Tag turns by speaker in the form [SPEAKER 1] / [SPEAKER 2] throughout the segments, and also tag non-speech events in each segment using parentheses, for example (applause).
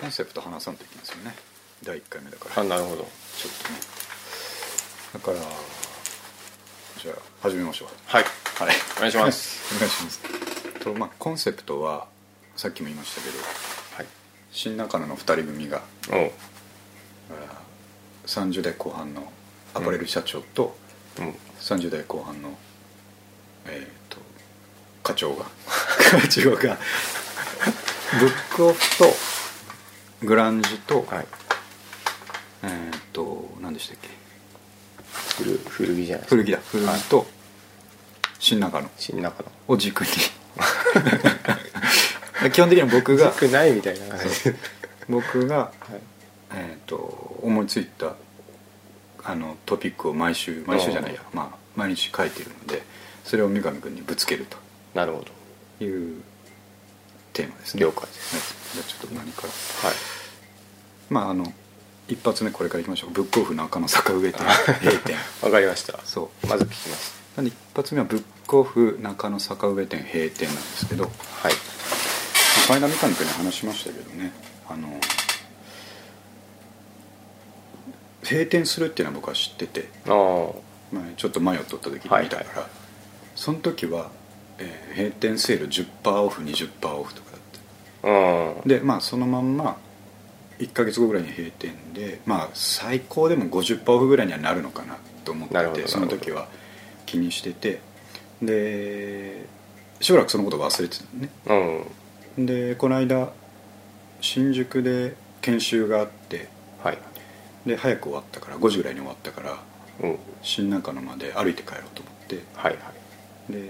[SPEAKER 1] コンセプト話さんといけないですよね第1回目だから
[SPEAKER 2] あなるほど
[SPEAKER 1] ちょっとねだからじゃあ始めましょう
[SPEAKER 2] はい
[SPEAKER 1] はい
[SPEAKER 2] お願いします
[SPEAKER 1] お願いしますと、まあ、コンセプトはさっきも言いましたけど
[SPEAKER 2] はい
[SPEAKER 1] 新中野の2人組が
[SPEAKER 2] おう
[SPEAKER 1] 30代後半のアパレル社長と
[SPEAKER 2] うん
[SPEAKER 1] 30代後半のえっ、と課長が (laughs) 課長がブックオフとグランジと、
[SPEAKER 2] はい
[SPEAKER 1] えっ、と何でしたっけ
[SPEAKER 2] 古古着じゃないですか
[SPEAKER 1] 古着だ古着と新中野
[SPEAKER 2] 新中野
[SPEAKER 1] を軸に (laughs) 基本的には僕が
[SPEAKER 2] くないみたいな感じ
[SPEAKER 1] そう僕が
[SPEAKER 2] はい
[SPEAKER 1] えー、と思いついたあのトピックを毎週毎週じゃないや、まあ、毎日書いてるのでそれを三上君にぶつける
[SPEAKER 2] なるほど
[SPEAKER 1] というテーマですね
[SPEAKER 2] 了解で
[SPEAKER 1] はいじゃあちょっと何から
[SPEAKER 2] はい
[SPEAKER 1] まああの一発目これからいきましょうブックオフ中野坂上店閉店
[SPEAKER 2] わかりました
[SPEAKER 1] そう
[SPEAKER 2] まず聞きます
[SPEAKER 1] なんで一発目はブックオフ中野坂上店閉店なんですけど
[SPEAKER 2] はい
[SPEAKER 1] この間三上君に話しましたけどねあの閉店するっていうのは僕は知ってて
[SPEAKER 2] ああ
[SPEAKER 1] まあ、ちょっと前を取った時に見たから、
[SPEAKER 2] はいはい
[SPEAKER 1] その時は、えー閉店セール10%オフ20%オフとかだっ
[SPEAKER 2] うん
[SPEAKER 1] てでまあそのまんま1ヶ月後ぐらいに閉店でまあ最高でも50%オフぐらいにはなるのかなと思
[SPEAKER 2] なるほ
[SPEAKER 1] って
[SPEAKER 2] ど
[SPEAKER 1] てその時は気にしててでしばらくそのこと忘れてたのね
[SPEAKER 2] うん
[SPEAKER 1] でこの間新宿で研修があって
[SPEAKER 2] はい
[SPEAKER 1] で早く終わったから5時ぐらいに終わったから
[SPEAKER 2] うんはい
[SPEAKER 1] 新中野まで歩いて帰ろうと思って
[SPEAKER 2] はい
[SPEAKER 1] で、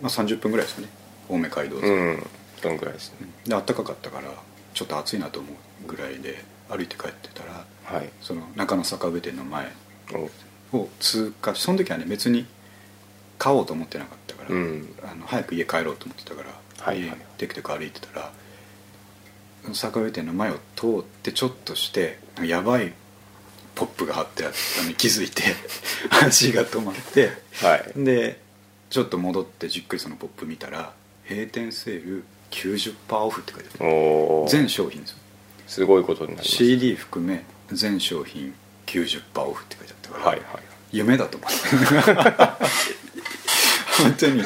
[SPEAKER 1] まあ、30分ぐらいですかね青梅街道沿い、
[SPEAKER 2] うんどんぐらいですね
[SPEAKER 1] で暖かかったからちょっと暑いなと思うぐらいで歩いて帰ってたら
[SPEAKER 2] はい
[SPEAKER 1] その中野坂上店の前
[SPEAKER 2] おう
[SPEAKER 1] を通過しその時はね別に買おうと思ってなかったから、
[SPEAKER 2] うん
[SPEAKER 1] あの早く家帰ろうと思ってたから、
[SPEAKER 2] はい
[SPEAKER 1] 家テクテク歩いてたら坂上店の前を通ってちょっとしてやばいポップが貼ってあったのに気 (laughs) づいて足が止まって。
[SPEAKER 2] はい
[SPEAKER 1] でちょっと戻ってじっくりそのポップ見たら閉店セール90%オフって書いてある
[SPEAKER 2] おお
[SPEAKER 1] 全商品ですよ
[SPEAKER 2] すごいことになります
[SPEAKER 1] CD 含め全商品90%オフって書いてあったから、
[SPEAKER 2] はいはい
[SPEAKER 1] 夢だと思って (laughs) 本当に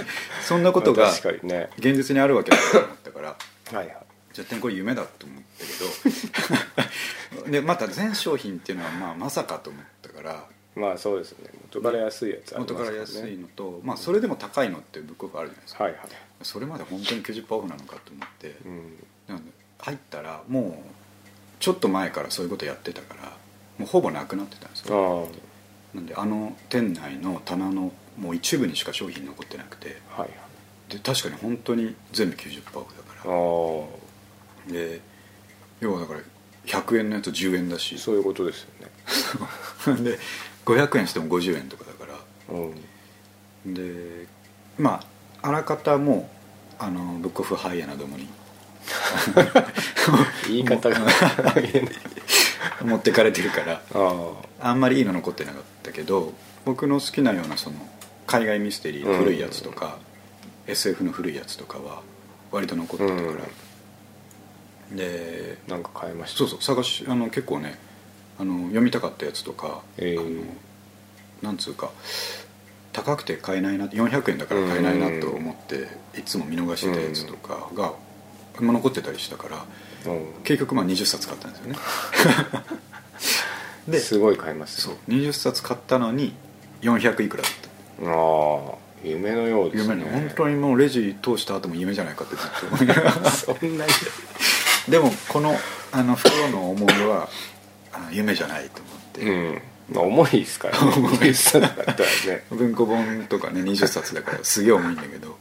[SPEAKER 1] そんなことが
[SPEAKER 2] 確かにね
[SPEAKER 1] 現実にあるわけだと思ったから
[SPEAKER 2] はいはい
[SPEAKER 1] 絶対これ夢だと思ったけど (laughs) でまた全商品っていうのはまあまさかと思ったから
[SPEAKER 2] まあそうですね元から安いやつあります
[SPEAKER 1] 元
[SPEAKER 2] ら
[SPEAKER 1] か
[SPEAKER 2] ね
[SPEAKER 1] ら安いのと、まあ、それでも高いのってブックオフあるじゃないですか
[SPEAKER 2] はいはい
[SPEAKER 1] それまで本当に90%オフなのかと思って、
[SPEAKER 2] うん
[SPEAKER 1] なんで入ったらもうちょっと前からそういうことやってたからもうほぼなくなってたんですよ
[SPEAKER 2] あ
[SPEAKER 1] なんであの店内の棚のもう一部にしか商品残ってなくて
[SPEAKER 2] あはいはい
[SPEAKER 1] で確かに本当に全部90%オフだ
[SPEAKER 2] あ
[SPEAKER 1] か
[SPEAKER 2] あ
[SPEAKER 1] らで要はだから100円のやつ10円だし
[SPEAKER 2] そういうことですよね
[SPEAKER 1] なん (laughs) で500円しても50円とかだから
[SPEAKER 2] うん
[SPEAKER 1] でまああらかたもうあのブックオフハイヤーなどもに
[SPEAKER 2] 言い方が
[SPEAKER 1] 持ってかれてるから
[SPEAKER 2] ああ
[SPEAKER 1] あんまりいいの残ってなかったけど僕の好きなようなその海外ミステリーの古いやつとか、SF の古いやつとかは割と残ってたから、で
[SPEAKER 2] なんか変えました
[SPEAKER 1] そうそう探しあの結構ねあの読みたかったやつとか、
[SPEAKER 2] ええ
[SPEAKER 1] あのなんつうか高くて買えないな400円だから買えないなと思って、いつも見逃してたやつとかが、まあ残ってたりしたから
[SPEAKER 2] うん
[SPEAKER 1] 結局まあ20冊買ったんですよ
[SPEAKER 2] (laughs)
[SPEAKER 1] ね。です
[SPEAKER 2] ごい変えます
[SPEAKER 1] そ
[SPEAKER 2] ね
[SPEAKER 1] う20冊買ったのに400いくらだった
[SPEAKER 2] ああ夢のようです
[SPEAKER 1] 夢
[SPEAKER 2] ね
[SPEAKER 1] の本
[SPEAKER 2] (laughs)
[SPEAKER 1] 当にもうレジ通した後も夢じゃないかってずっと思いながら
[SPEAKER 2] そんなに
[SPEAKER 1] でもこのあの袋の思いはあ夢じゃないと思って、
[SPEAKER 2] うんまあ重いですからね
[SPEAKER 1] 重い
[SPEAKER 2] (laughs)
[SPEAKER 1] です
[SPEAKER 2] だったらね
[SPEAKER 1] 文庫本とかね20冊だからすげえ重いんだけど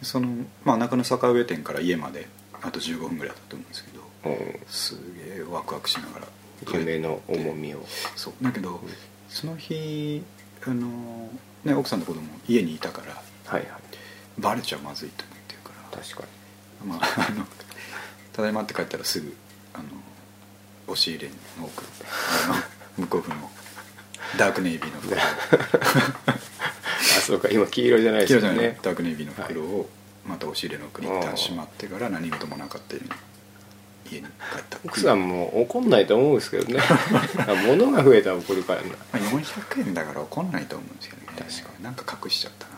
[SPEAKER 1] その、まあ、中野坂上店から家まであと15分ぐらいだったと思うんですけど
[SPEAKER 2] うん
[SPEAKER 1] すげえワクワクしながら
[SPEAKER 2] 夢の重みを
[SPEAKER 1] そうだけどその日あの、ね、奥さんと子供家にいたから
[SPEAKER 2] はいはい
[SPEAKER 1] バレちゃまずいと思ってるから
[SPEAKER 2] 確かに
[SPEAKER 1] まあ、あのただいまって帰ったらすぐあの押し入れの奥あの向こうのダークネイビーの袋を
[SPEAKER 2] あそうか今黄色じゃないで
[SPEAKER 1] 黄色
[SPEAKER 2] す
[SPEAKER 1] じゃ
[SPEAKER 2] よ
[SPEAKER 1] ない
[SPEAKER 2] ね
[SPEAKER 1] ダークネイビーの袋をまた押し入れの奥に一旦しまってから何事もなかったように家に帰った
[SPEAKER 2] 奥さんも怒んないと思うんですけどね (laughs) 物が増えたら怒るからね
[SPEAKER 1] まあ400円だから怒んないと思うんですけどね
[SPEAKER 2] 確か
[SPEAKER 1] になんか隠しちゃったな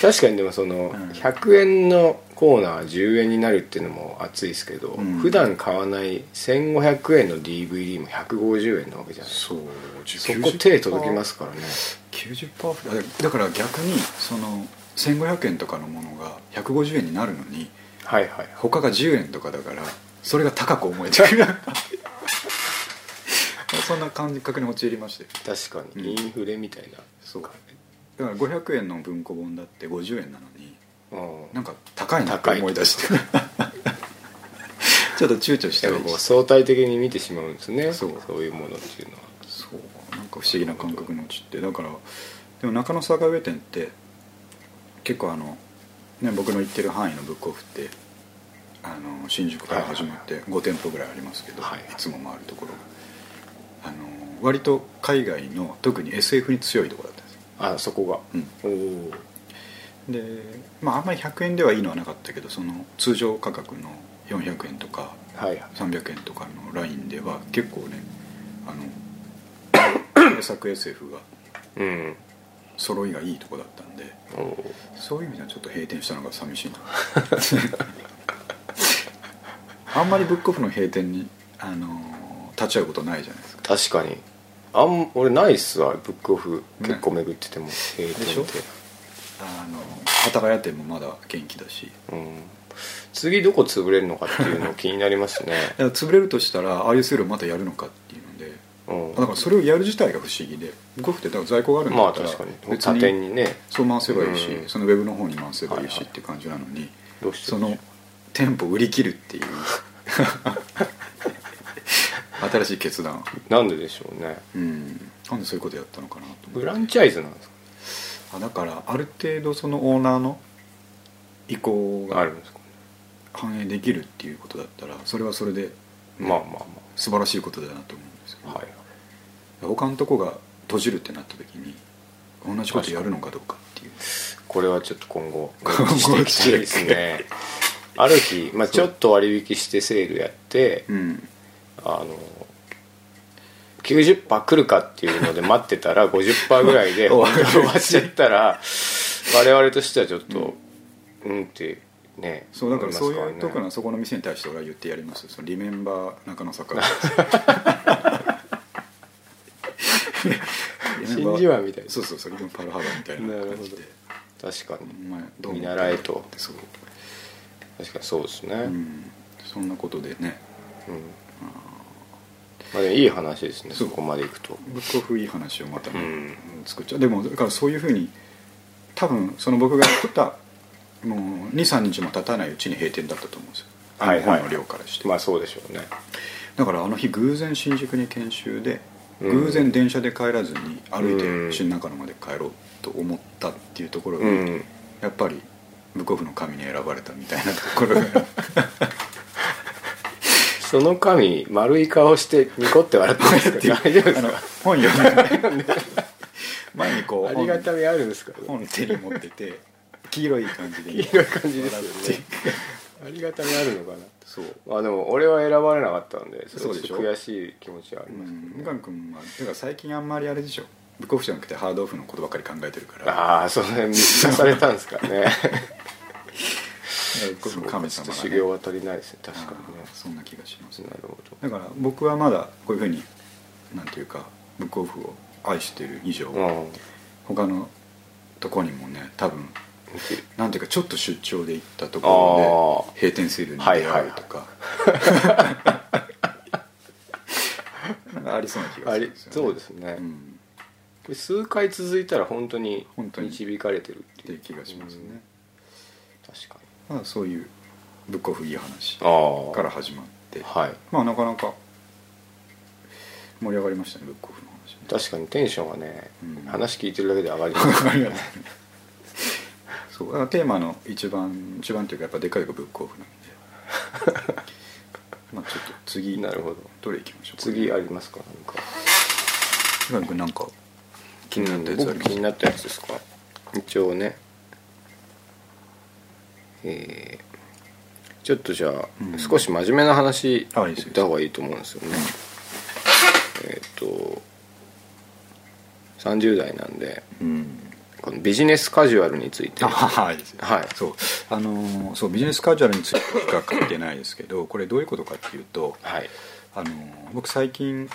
[SPEAKER 2] 確かにでもその
[SPEAKER 1] うん
[SPEAKER 2] 100円のコーナー10円になるっていうのも熱いですけど、
[SPEAKER 1] うん
[SPEAKER 2] 普段買わない1500円の DVD も150円なわけじゃない
[SPEAKER 1] そう
[SPEAKER 2] そこ手届きますからね
[SPEAKER 1] 90%オフだだから逆にその1500円とかのものが150円になるのに
[SPEAKER 2] はいはい
[SPEAKER 1] 他が10円とかだからそれが高く思えちゃう (laughs) そんな感覚に陥りましたよ
[SPEAKER 2] 確か
[SPEAKER 1] うん
[SPEAKER 2] にインフレみたいな、
[SPEAKER 1] そうだから500円の文庫本だって50円なのに
[SPEAKER 2] うん
[SPEAKER 1] なんか高いなって思い出して (laughs) ちょっと躊躇し
[SPEAKER 2] で
[SPEAKER 1] た
[SPEAKER 2] も
[SPEAKER 1] り
[SPEAKER 2] こ
[SPEAKER 1] し
[SPEAKER 2] う
[SPEAKER 1] て
[SPEAKER 2] 相対的に見てしまうんですね
[SPEAKER 1] そ
[SPEAKER 2] そうういうものっていうのは
[SPEAKER 1] そうなんか不思議な感覚に陥ってだからでも中野坂上店って結構あの、ね、僕の行ってる範囲のブックオフってあの新宿から始まって5店舗ぐらいありますけど、
[SPEAKER 2] はいいはい
[SPEAKER 1] つも回るところがあの割と海外の特に SF に強いところだったんですよ
[SPEAKER 2] あそこが、おお
[SPEAKER 1] でまああんまり100円ではいいのはなかったけどその通常価格の400円とか
[SPEAKER 2] はいはい
[SPEAKER 1] 300円とかのラインでは結構ねあの (coughs) 名作 SF が
[SPEAKER 2] うん
[SPEAKER 1] 揃いがいいとこだったんで
[SPEAKER 2] おー
[SPEAKER 1] そういう意味ではちょっと閉店したのが寂
[SPEAKER 2] (laughs)
[SPEAKER 1] しいなあんまりブックオフの閉店に、あのー立ち会うことないじゃないですか
[SPEAKER 2] 確かにあん俺ないっすわブックオフ結構巡ってても閉
[SPEAKER 1] でし
[SPEAKER 2] 店
[SPEAKER 1] ょ
[SPEAKER 2] って
[SPEAKER 1] あの幡ヶ谷店もまだ元気だし
[SPEAKER 2] うん次どこ潰れるのかっていうの気にな
[SPEAKER 1] (laughs)
[SPEAKER 2] りますね
[SPEAKER 1] だから潰れるとしたらああいうセールまたやるのかっていうので
[SPEAKER 2] うん
[SPEAKER 1] だからそれをやる自体が不思議でブックオフってだから在庫があるん
[SPEAKER 2] ま
[SPEAKER 1] だ
[SPEAKER 2] あ
[SPEAKER 1] ったら
[SPEAKER 2] 確かに
[SPEAKER 1] 別
[SPEAKER 2] 他店
[SPEAKER 1] に
[SPEAKER 2] にね
[SPEAKER 1] そう回せばいいし、
[SPEAKER 2] うん
[SPEAKER 1] そのウェブの方に回せばいい
[SPEAKER 2] はい
[SPEAKER 1] し
[SPEAKER 2] はい
[SPEAKER 1] っていう感じなのに、
[SPEAKER 2] どうして
[SPEAKER 1] その店舗売り切るっ
[SPEAKER 2] (laughs)
[SPEAKER 1] ていう新しい決断
[SPEAKER 2] なんででしょうね
[SPEAKER 1] うんなんでそういうことやったのかなと思
[SPEAKER 2] フ
[SPEAKER 1] う
[SPEAKER 2] ランチャイズなんです
[SPEAKER 1] あだからある程度そのオーナーの意向
[SPEAKER 2] かあ
[SPEAKER 1] が
[SPEAKER 2] るんですかね
[SPEAKER 1] 反映できるっていうことだったらそれはそれで
[SPEAKER 2] まあまあ
[SPEAKER 1] 素晴らしいことだなと思うんですけ
[SPEAKER 2] ま
[SPEAKER 1] ど、
[SPEAKER 2] あはい
[SPEAKER 1] 他のとこが閉じるってなった時に同じことやるのかどうかっていう
[SPEAKER 2] これはちょっと今後
[SPEAKER 1] (laughs) 今後
[SPEAKER 2] していきたいですねある日、まあ、ちょっと割引してセールやって
[SPEAKER 1] うん
[SPEAKER 2] あの90%来るかっていうので待って
[SPEAKER 1] (laughs)
[SPEAKER 2] たら50%ぐらいで終
[SPEAKER 1] 終わる
[SPEAKER 2] わっちゃったら我々としてはちょっとうんってね
[SPEAKER 1] そうだからそう
[SPEAKER 2] 思
[SPEAKER 1] いう
[SPEAKER 2] ます
[SPEAKER 1] とこ
[SPEAKER 2] らね
[SPEAKER 1] なそこの店に対して俺は言ってやりますそのリメンバー中野坂
[SPEAKER 2] 真珠湾みたいな
[SPEAKER 1] そうそうそれもパルハワみたいな感じで
[SPEAKER 2] なる確か
[SPEAKER 1] お
[SPEAKER 2] に
[SPEAKER 1] 前どうも
[SPEAKER 2] 見習えと
[SPEAKER 1] そう、
[SPEAKER 2] 確かにそうですね
[SPEAKER 1] う
[SPEAKER 2] うん
[SPEAKER 1] ん、そんなことでね
[SPEAKER 2] まあでもいい話ですね
[SPEAKER 1] そう
[SPEAKER 2] そこまでいくと
[SPEAKER 1] ブックオフいい話をまたね、
[SPEAKER 2] うん
[SPEAKER 1] 作っちゃうでもだからそういうふうに多分その僕が作ったもう23日も経たないうちに閉店だったと思うんですよ
[SPEAKER 2] はいはい
[SPEAKER 1] 本の量からして、
[SPEAKER 2] まあそうでしょうね
[SPEAKER 1] だからあの日偶然新宿に研修で、
[SPEAKER 2] うん
[SPEAKER 1] 偶然電車で帰らずに歩い
[SPEAKER 2] うん
[SPEAKER 1] て新中野まで帰ろうと思ったっていうところ
[SPEAKER 2] う
[SPEAKER 1] で、
[SPEAKER 2] ん
[SPEAKER 1] やっぱりブックオフの神に選ばれたみたいなところ
[SPEAKER 2] (laughs)
[SPEAKER 1] が
[SPEAKER 2] その神丸い顔してニコって笑ってますけど大丈夫で
[SPEAKER 1] (laughs)
[SPEAKER 2] す
[SPEAKER 1] あの
[SPEAKER 2] か
[SPEAKER 1] 本読んで前にこ
[SPEAKER 2] あ
[SPEAKER 1] う
[SPEAKER 2] りがたみあるんですか
[SPEAKER 1] 本手に持ってて黄色い感じで
[SPEAKER 2] 黄色い感じですよねありがたみあるのかな
[SPEAKER 1] そう
[SPEAKER 2] まあでも俺は選ばれなかったんでそ
[SPEAKER 1] そうで
[SPEAKER 2] れ
[SPEAKER 1] し
[SPEAKER 2] ち
[SPEAKER 1] ょ
[SPEAKER 2] ょっと悔しい気持ちはあり
[SPEAKER 1] う
[SPEAKER 2] ます
[SPEAKER 1] ん三
[SPEAKER 2] けどね
[SPEAKER 1] 上君はだから最近あんまりあれでしょブックオフじゃなくてハードオフのことばっかり考えてるからだか
[SPEAKER 2] ああその辺見透かされたんで
[SPEAKER 1] (laughs)
[SPEAKER 2] すからね
[SPEAKER 1] らブックオフの神様が、ね、
[SPEAKER 2] 修行は足りないですね確かにね
[SPEAKER 1] あーそんな気がします
[SPEAKER 2] なるほ
[SPEAKER 1] だから僕はまだこういうふうになんていうかブックオフを愛してる以上、
[SPEAKER 2] どうん
[SPEAKER 1] 他のとこにもね多分
[SPEAKER 2] 見てる
[SPEAKER 1] なんていうかちょっと出張で行ったところで閉店セールに出会うとか、なん (laughs) かありそうな気が
[SPEAKER 2] あ
[SPEAKER 1] する
[SPEAKER 2] り
[SPEAKER 1] んですよ、ね、
[SPEAKER 2] そうですね、
[SPEAKER 1] うん、
[SPEAKER 2] これ数回続いたら本当に
[SPEAKER 1] 本当に
[SPEAKER 2] 導かれてるっ
[SPEAKER 1] って
[SPEAKER 2] てい
[SPEAKER 1] いうう気がしますね、
[SPEAKER 2] うん確かに
[SPEAKER 1] まあ、そういうブックオフいい話
[SPEAKER 2] ああ
[SPEAKER 1] から始まって
[SPEAKER 2] はい
[SPEAKER 1] まあなかなか盛り上がりましたねブックオフの話ね
[SPEAKER 2] 確かにテンションはね、
[SPEAKER 1] うん
[SPEAKER 2] 話聞いてるだけで上がります
[SPEAKER 1] (laughs) ありがとうそうだからテーマの一番一番というかやっぱでかいのがブックオフなんで (laughs) まあちょっと次
[SPEAKER 2] なるほど
[SPEAKER 1] どれ行きましょうか
[SPEAKER 2] 次ありますかなんか
[SPEAKER 1] 今君なんか気になったやつあり
[SPEAKER 2] 僕
[SPEAKER 1] ます
[SPEAKER 2] 気になったやつですか一応ねえーちょっとじゃあ、
[SPEAKER 1] うん
[SPEAKER 2] 少し真面目な話
[SPEAKER 1] あ
[SPEAKER 2] 言
[SPEAKER 1] いいです
[SPEAKER 2] った方がいいと思うんですよねえっ、と30代なんで
[SPEAKER 1] うん
[SPEAKER 2] このビジネスカジュアルについて
[SPEAKER 1] あはいですね
[SPEAKER 2] はい
[SPEAKER 1] そうあのーそうビジネスカジュアルについてしか書いてないですけどこれどういうことかっていうと
[SPEAKER 2] はい
[SPEAKER 1] あのー僕最近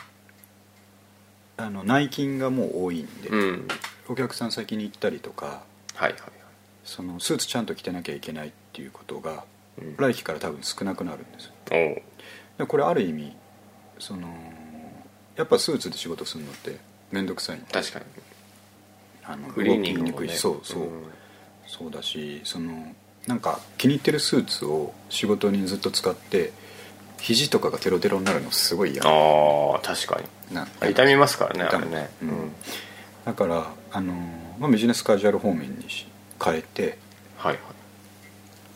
[SPEAKER 1] あの内勤がもう多いんで、
[SPEAKER 2] うん
[SPEAKER 1] お客さん先に行ったりとか
[SPEAKER 2] はいはいはい
[SPEAKER 1] そのスーツちゃんと着てなきゃいけないっていうことが
[SPEAKER 2] うん
[SPEAKER 1] 来期から多分少なくなるんです
[SPEAKER 2] おう
[SPEAKER 1] でこれある意味そのやっぱスーツで仕事するのって面倒くさいんで
[SPEAKER 2] 確かに
[SPEAKER 1] あの
[SPEAKER 2] クリーニング
[SPEAKER 1] 動き
[SPEAKER 2] も
[SPEAKER 1] に
[SPEAKER 2] ね
[SPEAKER 1] くいしそうそう、
[SPEAKER 2] ん
[SPEAKER 1] そうだしそのなんか気に入ってるスーツを仕事にずっと使って肘とかがテロテロになるのすごい嫌な
[SPEAKER 2] ああ確か
[SPEAKER 1] な
[SPEAKER 2] に痛みますからね
[SPEAKER 1] 痛
[SPEAKER 2] あ
[SPEAKER 1] む
[SPEAKER 2] れね
[SPEAKER 1] うんだから、あのまあ、ビジネスカジュアル方面にし変えて、
[SPEAKER 2] はいはい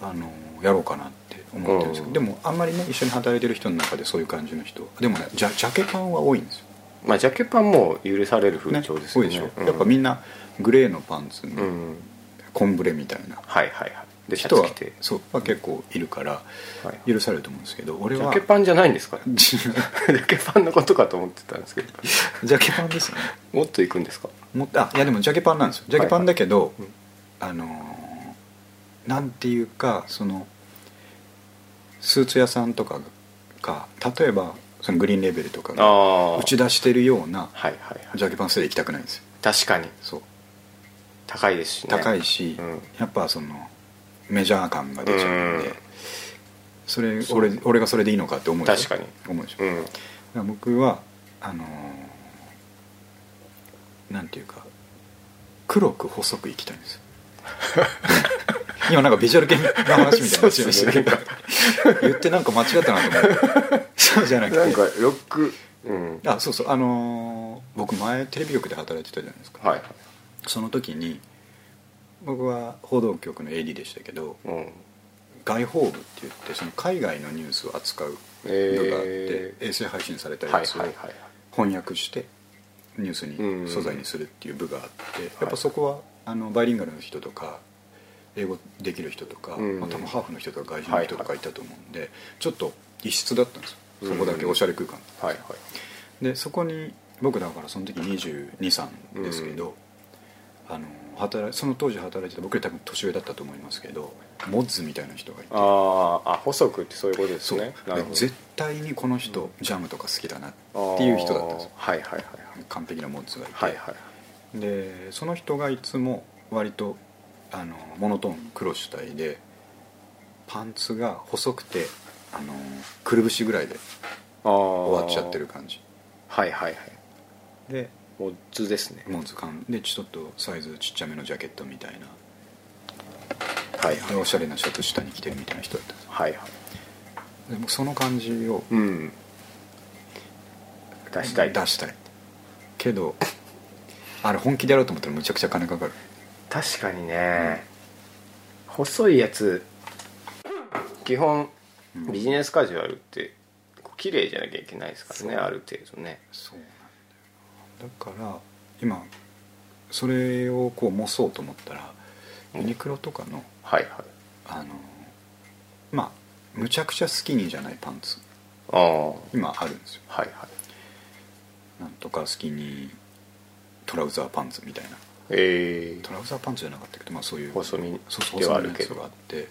[SPEAKER 1] あのやろうかなって思ってるんですけ
[SPEAKER 2] うん
[SPEAKER 1] どでもあんまりね一緒に働いてる人の中でそういう感じの人でもねジャジャケパンは多いんですよ
[SPEAKER 2] まあジャケパンも許される風潮ですよね
[SPEAKER 1] ね多いでしょ、
[SPEAKER 2] うん
[SPEAKER 1] やっぱみんなグレーのパンツ
[SPEAKER 2] う
[SPEAKER 1] に
[SPEAKER 2] ん
[SPEAKER 1] コンブレみたいな
[SPEAKER 2] はいはいはいでシャ
[SPEAKER 1] 人は、
[SPEAKER 2] ツ着て
[SPEAKER 1] そう、まあ、結構いるから
[SPEAKER 2] はい
[SPEAKER 1] 許されると思うんですけど俺
[SPEAKER 2] ジ
[SPEAKER 1] は
[SPEAKER 2] ャケパンじゃないんですかジ
[SPEAKER 1] (laughs) ジ
[SPEAKER 2] ャケパンのことかと思ってたんですけど
[SPEAKER 1] ャケパンですよね
[SPEAKER 2] もっと行くんですか
[SPEAKER 1] もっとあいやでもジャケパンなんですよジャケパンだけど、
[SPEAKER 2] いはい
[SPEAKER 1] あのーなんていうかそのスーツ屋さんとかが例えばそのグリーンレベルとか
[SPEAKER 2] あ
[SPEAKER 1] が
[SPEAKER 2] あ
[SPEAKER 1] 打ち出してるような
[SPEAKER 2] はいはいはい
[SPEAKER 1] ジャケパンすら行きたくないんですよ
[SPEAKER 2] 確かに
[SPEAKER 1] そう
[SPEAKER 2] 高いですしね
[SPEAKER 1] 高いし、
[SPEAKER 2] うん
[SPEAKER 1] やっぱそのメジャー感が出ちゃうんで、
[SPEAKER 2] うん
[SPEAKER 1] それ
[SPEAKER 2] そう
[SPEAKER 1] 俺俺がそれでいいのかって思うでしょ
[SPEAKER 2] 確か
[SPEAKER 1] 思うでしょ、
[SPEAKER 2] う
[SPEAKER 1] だか
[SPEAKER 2] ん
[SPEAKER 1] ら僕はあのーなんていうか黒く細くいきたいんですよ今なんかビジュアル系の話みたいな話をしてるけど
[SPEAKER 2] (laughs) そうっ
[SPEAKER 1] 言ってなんか間違ったなと思ってそうじゃなくて
[SPEAKER 2] なんかロックうん
[SPEAKER 1] あそうそうあのー僕前テレビ局で働いてたじゃないですか
[SPEAKER 2] はい
[SPEAKER 1] その時に僕は報道局の AD でしたけど
[SPEAKER 2] うん
[SPEAKER 1] 外報部って言ってその海外のニュースを扱う部があって、
[SPEAKER 2] えー
[SPEAKER 1] 衛星配信された
[SPEAKER 2] は
[SPEAKER 1] や
[SPEAKER 2] い
[SPEAKER 1] つ
[SPEAKER 2] はい
[SPEAKER 1] を
[SPEAKER 2] はいはい
[SPEAKER 1] 翻訳してニュース
[SPEAKER 2] うんうん
[SPEAKER 1] に素材にするっていう部があって、やっぱそこはあのバイリンガルの人とか英語できる人とか、
[SPEAKER 2] うんうん
[SPEAKER 1] まあ多分ハーフの人とか外人の人とかいたと思うんで、ちょっと異質だったんですよそこだけおしゃれ空間、
[SPEAKER 2] はいはい
[SPEAKER 1] でそこに僕だからその時223ですけど、あの働いその当時働いてた僕より多分年上だったと思いますけどモッズみたいな人がいて
[SPEAKER 2] あーあ細くってそういうことです
[SPEAKER 1] そう、
[SPEAKER 2] ねなるほど
[SPEAKER 1] 絶対にこの人、ジャムとか好きだなっていう人だったんですよ
[SPEAKER 2] あーはいはいはい
[SPEAKER 1] 完璧なモッズがいて、
[SPEAKER 2] はいはいはい
[SPEAKER 1] でその人がいつも割とあのモノトーン黒主体でパンツが細くてあのくるぶしぐらいで終
[SPEAKER 2] 終
[SPEAKER 1] わっちゃってる感じ
[SPEAKER 2] はいはいはい
[SPEAKER 1] で
[SPEAKER 2] オッズですね
[SPEAKER 1] モンズ感でちょっとサイズちっちゃめのジャケットみたいな
[SPEAKER 2] はいはい
[SPEAKER 1] でおしゃれなシャツ下に着てるみたいな人だったんです
[SPEAKER 2] はいはい
[SPEAKER 1] でもその感じを
[SPEAKER 2] うん出したい
[SPEAKER 1] 出したいけどあれ本気でやろうと思ったらむちゃくちゃ金かかる
[SPEAKER 2] 確かにね、細いやつ基本
[SPEAKER 1] うん
[SPEAKER 2] ビジネスカジュアルってこう綺麗じゃなきゃいけないですからね
[SPEAKER 1] そう
[SPEAKER 2] ある程度ね
[SPEAKER 1] そうなんだよだから今それをこう模そうと思ったらユニクロとかの
[SPEAKER 2] はいはい
[SPEAKER 1] あのまあむちゃくちゃスキニーじゃないパンツ
[SPEAKER 2] ああはい
[SPEAKER 1] 今あるんですよ
[SPEAKER 2] はい
[SPEAKER 1] なんとかスキニートラウザーパンツみたいな
[SPEAKER 2] え
[SPEAKER 1] トラウザーパンツじゃなかったけど、まあ、そういう
[SPEAKER 2] 細身
[SPEAKER 1] そうそう
[SPEAKER 2] で
[SPEAKER 1] 細
[SPEAKER 2] はあ
[SPEAKER 1] 身のや
[SPEAKER 2] るけ
[SPEAKER 1] つ
[SPEAKER 2] ど
[SPEAKER 1] があって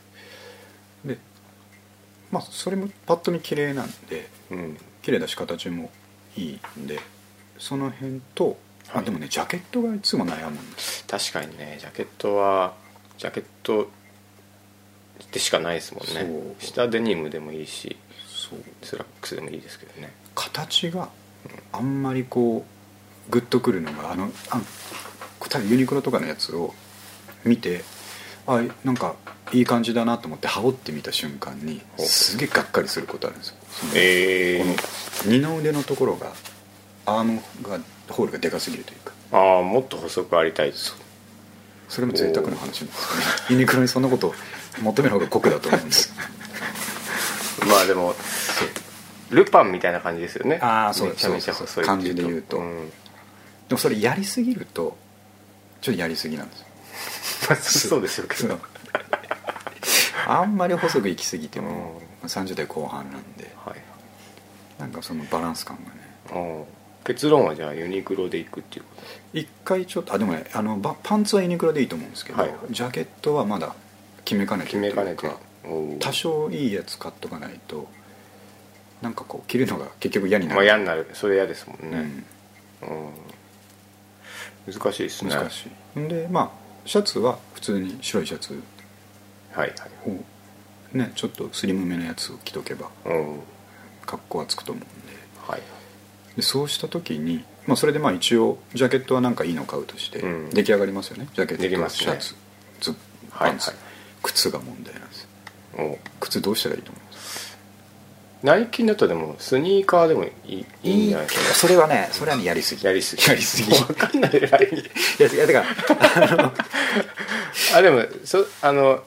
[SPEAKER 1] でまあそれもパッと見綺麗なんで
[SPEAKER 2] ーうん
[SPEAKER 1] 綺麗だし形もいいんでその辺と、
[SPEAKER 2] は
[SPEAKER 1] あ
[SPEAKER 2] い
[SPEAKER 1] でもねジャケットがいつも悩むんです
[SPEAKER 2] 確かにねジャケットはジャケットでしかないですもんね
[SPEAKER 1] そう
[SPEAKER 2] 下デニムでもいいし
[SPEAKER 1] そう
[SPEAKER 2] スラックスでもいいですけどね
[SPEAKER 1] 形があんまりこうグッとくるのがあのあ多分ユニクロとかのやつを見てあなんかいい感じだなと思って羽織ってみた瞬間に
[SPEAKER 2] ほう
[SPEAKER 1] すげえがっかりすることあるんですよその
[SPEAKER 2] え
[SPEAKER 1] この二の腕のところがアームがホールがでかすぎるというか
[SPEAKER 2] ああもっと細くありたいです
[SPEAKER 1] それも贅沢な話なんですよねユニクロにそんなこと求める方が酷だと思うんです
[SPEAKER 2] まあでもルパンみたいな感じですよね
[SPEAKER 1] あーそう
[SPEAKER 2] めちゃめちゃ
[SPEAKER 1] そう
[SPEAKER 2] 細
[SPEAKER 1] そう
[SPEAKER 2] い
[SPEAKER 1] 感じで言うと
[SPEAKER 2] ん
[SPEAKER 1] でもそれやりすぎるとちょっとやりすぎなんですよ
[SPEAKER 2] まあそうでしょうけど
[SPEAKER 1] そうあんまり細く行き過ぎても
[SPEAKER 2] うん
[SPEAKER 1] まあ30代後半なんで
[SPEAKER 2] はい
[SPEAKER 1] なんかそのバランス感がね
[SPEAKER 2] お結論はじゃあユニクロで行くっていうこ
[SPEAKER 1] 一回ちょっとあでもねあのばパンツはユニクロでいいと思うんですけど、
[SPEAKER 2] はい
[SPEAKER 1] ジャケットはまだ決めかね
[SPEAKER 2] と
[SPEAKER 1] てる
[SPEAKER 2] 決め
[SPEAKER 1] と
[SPEAKER 2] か
[SPEAKER 1] い
[SPEAKER 2] ね
[SPEAKER 1] う
[SPEAKER 2] て
[SPEAKER 1] か
[SPEAKER 2] おう
[SPEAKER 1] 多少いいやつ買っとかないとなんかこう着るのが結局嫌にな
[SPEAKER 2] まあ
[SPEAKER 1] る、
[SPEAKER 2] 嫌になるそれ嫌ですもんね、うん難しいです
[SPEAKER 1] うん、
[SPEAKER 2] ね
[SPEAKER 1] 難しい、んでまあシャツは普通に白いシャツ
[SPEAKER 2] はいはい
[SPEAKER 1] をねちょっとスリムめのやつを着とけば
[SPEAKER 2] うん
[SPEAKER 1] 格好はつくと思うんで
[SPEAKER 2] はい
[SPEAKER 1] でそうした時に、まあ、それでまあ一応ジャケットはなんかいいの買うとして
[SPEAKER 2] うん
[SPEAKER 1] 出来上がりますよね、ジャケ
[SPEAKER 2] でき
[SPEAKER 1] ッ
[SPEAKER 2] ま
[SPEAKER 1] ト
[SPEAKER 2] すね
[SPEAKER 1] シャツズッ
[SPEAKER 2] はい
[SPEAKER 1] パンツ、
[SPEAKER 2] はい
[SPEAKER 1] 靴が問題なんです
[SPEAKER 2] おう
[SPEAKER 1] 靴どうしたらいいと思います
[SPEAKER 2] ナイキだとでもスニーカーでもいいいいんじゃないですか
[SPEAKER 1] それはねそれはねやりすぎ
[SPEAKER 2] やりすぎ
[SPEAKER 1] やりすぎ
[SPEAKER 2] (laughs) もう分か
[SPEAKER 1] (laughs)
[SPEAKER 2] んないライン
[SPEAKER 1] いやいやだから
[SPEAKER 2] あでもそあの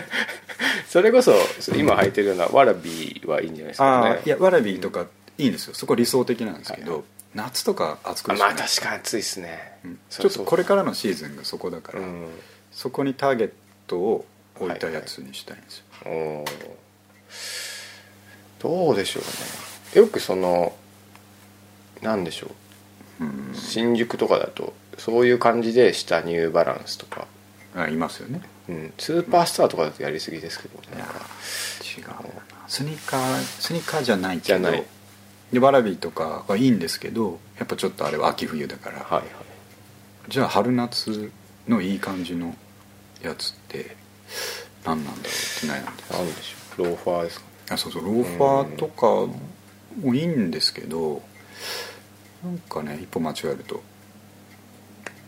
[SPEAKER 2] (laughs) それこそ今履いてるようなわらびはいいんじゃないですか
[SPEAKER 1] あ
[SPEAKER 2] ね
[SPEAKER 1] ーいやわらびとかいいんですよそこ理想的なんですけど、
[SPEAKER 2] はいは
[SPEAKER 1] 夏とか暑
[SPEAKER 2] あ
[SPEAKER 1] 苦しく
[SPEAKER 2] ま
[SPEAKER 1] な
[SPEAKER 2] あ
[SPEAKER 1] い
[SPEAKER 2] 確かに暑いですね、
[SPEAKER 1] うん
[SPEAKER 2] そ
[SPEAKER 1] ちょ
[SPEAKER 2] りゃ
[SPEAKER 1] っ
[SPEAKER 2] そ
[SPEAKER 1] と
[SPEAKER 2] う
[SPEAKER 1] これからのシーズンがそこだから、
[SPEAKER 2] うん
[SPEAKER 1] そこにターゲットを置いたやつにしたいんですよ、
[SPEAKER 2] おーどうでしょうねよくそのなんでしょ
[SPEAKER 1] うん
[SPEAKER 2] う新宿とかだとそういう感じで下ニューバランスとか、
[SPEAKER 1] あいますよね
[SPEAKER 2] うん、スーパースターとかだとやりすぎですけど
[SPEAKER 1] い
[SPEAKER 2] な
[SPEAKER 1] や
[SPEAKER 2] んか
[SPEAKER 1] 違うなスニーカースニーカーじゃないけど
[SPEAKER 2] じゃない
[SPEAKER 1] でわらびとかはいいんですけどやっぱちょっとあれは秋冬だから、
[SPEAKER 2] はいはい
[SPEAKER 1] じゃあ春夏のいい感じのやつって何なんだろうって悩んで
[SPEAKER 2] なんでしょうローファーですか
[SPEAKER 1] あそうそうローファーとかもいいんですけどなんかね一歩間違えると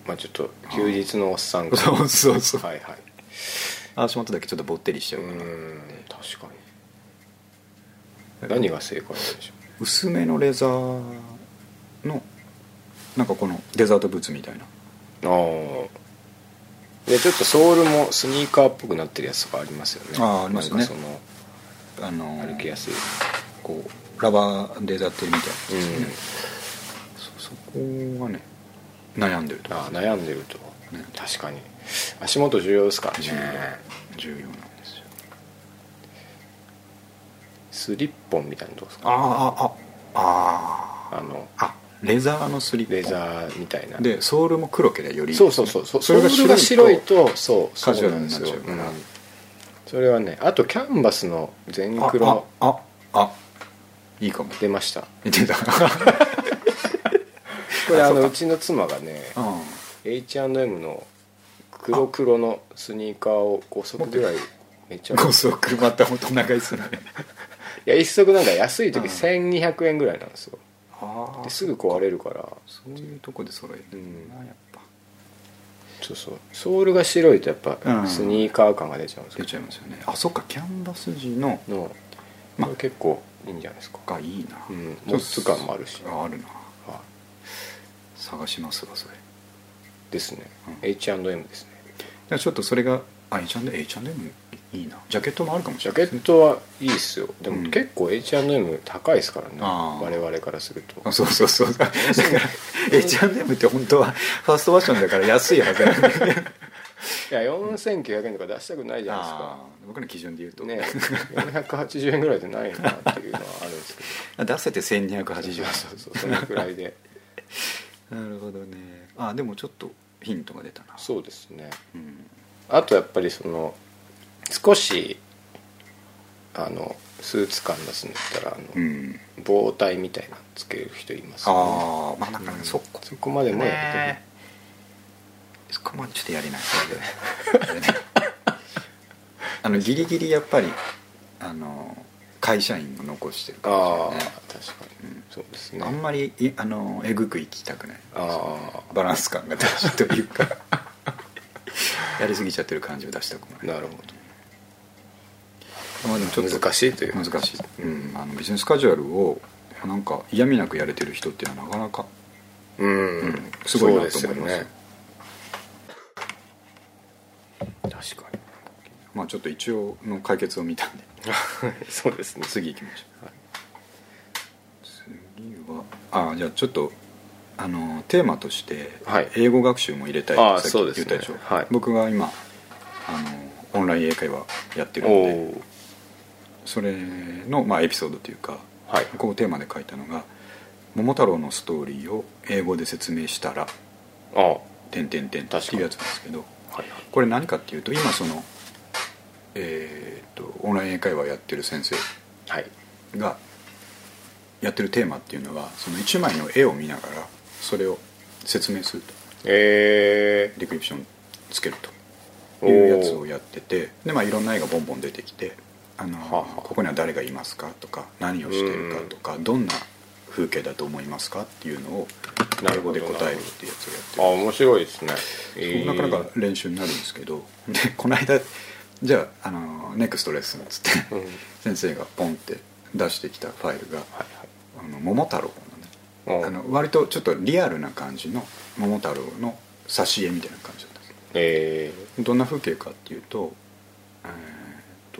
[SPEAKER 2] まあちょっと休日のおっさんが
[SPEAKER 1] そうそうそう
[SPEAKER 2] はいはい
[SPEAKER 1] 足元だけちょっとぼってりしちゃ
[SPEAKER 2] う
[SPEAKER 1] うかな
[SPEAKER 2] ーん確かに何が正解なんでしょ
[SPEAKER 1] 薄めのレザーのなんかこのデザートブーツみたいな
[SPEAKER 2] うああでちょっとソールもスニーカーっぽくなってるやつとかありますよね
[SPEAKER 1] あーありますね
[SPEAKER 2] なんかその
[SPEAKER 1] あの
[SPEAKER 2] 歩きやすい、
[SPEAKER 1] こうラバーデザートみたいなやつ
[SPEAKER 2] う
[SPEAKER 1] で
[SPEAKER 2] ん
[SPEAKER 1] すね、そそこがね悩んでると
[SPEAKER 2] あー悩んでると、
[SPEAKER 1] ね
[SPEAKER 2] 確かに足元重要ですからね
[SPEAKER 1] 重要重要なんですよ
[SPEAKER 2] スリッポンみたいなのどうですか
[SPEAKER 1] ああああ
[SPEAKER 2] あの
[SPEAKER 1] ああレザーのスリッポン
[SPEAKER 2] レザーみたいな
[SPEAKER 1] でソールも黒けでより
[SPEAKER 2] そうそうそうそう
[SPEAKER 1] そ
[SPEAKER 2] それ
[SPEAKER 1] れ
[SPEAKER 2] が
[SPEAKER 1] が
[SPEAKER 2] 白い
[SPEAKER 1] 白いと
[SPEAKER 2] とそう
[SPEAKER 1] カジュア
[SPEAKER 2] そう
[SPEAKER 1] ル
[SPEAKER 2] なん
[SPEAKER 1] にな
[SPEAKER 2] で
[SPEAKER 1] っ
[SPEAKER 2] す
[SPEAKER 1] ち
[SPEAKER 2] よ
[SPEAKER 1] ゃうから
[SPEAKER 2] うんそれはねあとキャンバスの全
[SPEAKER 1] あ
[SPEAKER 2] 黒
[SPEAKER 1] あああいいかも
[SPEAKER 2] 出ました
[SPEAKER 1] 見てた
[SPEAKER 2] これ
[SPEAKER 1] あ
[SPEAKER 2] あ
[SPEAKER 1] そう
[SPEAKER 2] の
[SPEAKER 1] か
[SPEAKER 2] うちの妻がね
[SPEAKER 1] (laughs) うん
[SPEAKER 2] H&M の黒黒のスニーカーを5足ぐらいめっちゃ
[SPEAKER 1] 高速また元長いっすね
[SPEAKER 2] いや1足なんか安い時
[SPEAKER 1] うん
[SPEAKER 2] 1200円ぐらいなんですよ
[SPEAKER 1] ああ
[SPEAKER 2] ですぐ壊れるから
[SPEAKER 1] そういうとこで揃えてるんだなやっぱ
[SPEAKER 2] そうそうソールが白いとやっ
[SPEAKER 1] う
[SPEAKER 2] ぱ
[SPEAKER 1] ん
[SPEAKER 2] スニーカー感が出ちゃうんです
[SPEAKER 1] 出
[SPEAKER 2] よ
[SPEAKER 1] ちゃいますよねあそっかキャンバス地の
[SPEAKER 2] の
[SPEAKER 1] ま
[SPEAKER 2] これ結構いいんじゃないですか
[SPEAKER 1] がいいな
[SPEAKER 2] うんモッツ感もあるし
[SPEAKER 1] ああるな
[SPEAKER 2] は
[SPEAKER 1] 探しますわそれ
[SPEAKER 2] いですね
[SPEAKER 1] うん
[SPEAKER 2] H&M ですね
[SPEAKER 1] じゃあちょっとそれがあ H&M H&M いいなジャケットもあるかもし
[SPEAKER 2] ジ
[SPEAKER 1] れ
[SPEAKER 2] ャ
[SPEAKER 1] ない
[SPEAKER 2] ケットはいいっすよで
[SPEAKER 1] う
[SPEAKER 2] も
[SPEAKER 1] ん
[SPEAKER 2] 結構 H&M 高いですからね
[SPEAKER 1] あー
[SPEAKER 2] 我々からすると
[SPEAKER 1] あそうそうそうだから H&M って本当はファーストファッションだから安いはずなんだけど
[SPEAKER 2] いや4900円とか出したくないじゃないですか
[SPEAKER 1] あー僕の基準で言うと、
[SPEAKER 2] ね、480円ぐらいでないなっていうのはあるんですけ
[SPEAKER 1] (laughs) 出せて1280
[SPEAKER 2] どそうそうそのくらいで
[SPEAKER 1] なるほどねあでもちょっとヒントが出たな
[SPEAKER 2] そうですね
[SPEAKER 1] うん
[SPEAKER 2] あとやっぱりその少しあのスーツ感出すんだったらあの、
[SPEAKER 1] うん
[SPEAKER 2] 棒体みたいなのつける人います
[SPEAKER 1] あ
[SPEAKER 2] ね
[SPEAKER 1] あまあなんかね、
[SPEAKER 2] うん
[SPEAKER 1] そこ
[SPEAKER 2] そこまでもやって
[SPEAKER 1] ねそこまでちょっとやれないけどね (laughs) あのギリギリやっぱりあの会社員を残してる
[SPEAKER 2] る
[SPEAKER 1] か
[SPEAKER 2] ああ
[SPEAKER 1] らね
[SPEAKER 2] 確かに、そうですね
[SPEAKER 1] あんまりいあのえぐくいきたくない
[SPEAKER 2] あ
[SPEAKER 1] バランス感が出しという (laughs) かやりすぎちゃってる感じを出したく
[SPEAKER 2] あ
[SPEAKER 1] ない
[SPEAKER 2] なるほ
[SPEAKER 1] まあでもちょっ
[SPEAKER 2] ど
[SPEAKER 1] と
[SPEAKER 2] 難しいという
[SPEAKER 1] 難しい、うん、あのビジネスカジュアルをなんか嫌味なくやれてる人っていうのはなかなか
[SPEAKER 2] うん、
[SPEAKER 1] うんすごいなと思いま
[SPEAKER 2] そうですすよ
[SPEAKER 1] よ
[SPEAKER 2] ね確か
[SPEAKER 1] まあちょっと一応の解決を見たんで
[SPEAKER 2] に (laughs) そうですね
[SPEAKER 1] 次行きましょう、
[SPEAKER 2] はい
[SPEAKER 1] 次はああじゃあちょっとあのテーマとして
[SPEAKER 2] はい
[SPEAKER 1] 英語学習も入れたい、
[SPEAKER 2] ああ
[SPEAKER 1] さっき
[SPEAKER 2] そ
[SPEAKER 1] 言
[SPEAKER 2] うで
[SPEAKER 1] っ
[SPEAKER 2] すね
[SPEAKER 1] たでしょ
[SPEAKER 2] はい
[SPEAKER 1] 僕が今あのオンライン英会話やってる
[SPEAKER 2] お
[SPEAKER 1] ので
[SPEAKER 2] お
[SPEAKER 1] それの、まあ、エピソードというか
[SPEAKER 2] はい
[SPEAKER 1] こうテーマで書いたのが「桃太郎のストーリーを英語で説明したら」
[SPEAKER 2] ああ
[SPEAKER 1] 点点点っていうやつなんですけど
[SPEAKER 2] はい
[SPEAKER 1] これ何かっていうと今そのえーっとオンライン英会話やってる先生
[SPEAKER 2] はい
[SPEAKER 1] がやってるテーマっていうのはその1枚の絵を見ながらそれを説明すると
[SPEAKER 2] え
[SPEAKER 1] ディクリプションつける
[SPEAKER 2] ー、
[SPEAKER 1] というやつをやっててで、まあ、いろんな絵がボンボン出てきてあの、
[SPEAKER 2] はあはあ
[SPEAKER 1] ここには誰がいますかとか何をしているかとかどんな風景だと思いますかっていうのを
[SPEAKER 2] な
[SPEAKER 1] 英
[SPEAKER 2] る
[SPEAKER 1] 語
[SPEAKER 2] ほ
[SPEAKER 1] で
[SPEAKER 2] ど
[SPEAKER 1] 答えるっていうやつをやって
[SPEAKER 2] あ面白いですね、えー
[SPEAKER 1] なかなか練習になるんですけどでこの間じゃああのネクストレッスンっつって、
[SPEAKER 2] うんはい
[SPEAKER 1] 先生がポンって出してきたファイルが「あの桃太郎」
[SPEAKER 2] はい
[SPEAKER 1] のねあの割とちょっとリアルな感じの「桃太郎」の挿絵みたいな感じだったんです
[SPEAKER 2] え
[SPEAKER 1] どんな風景かっていうと,、えーっ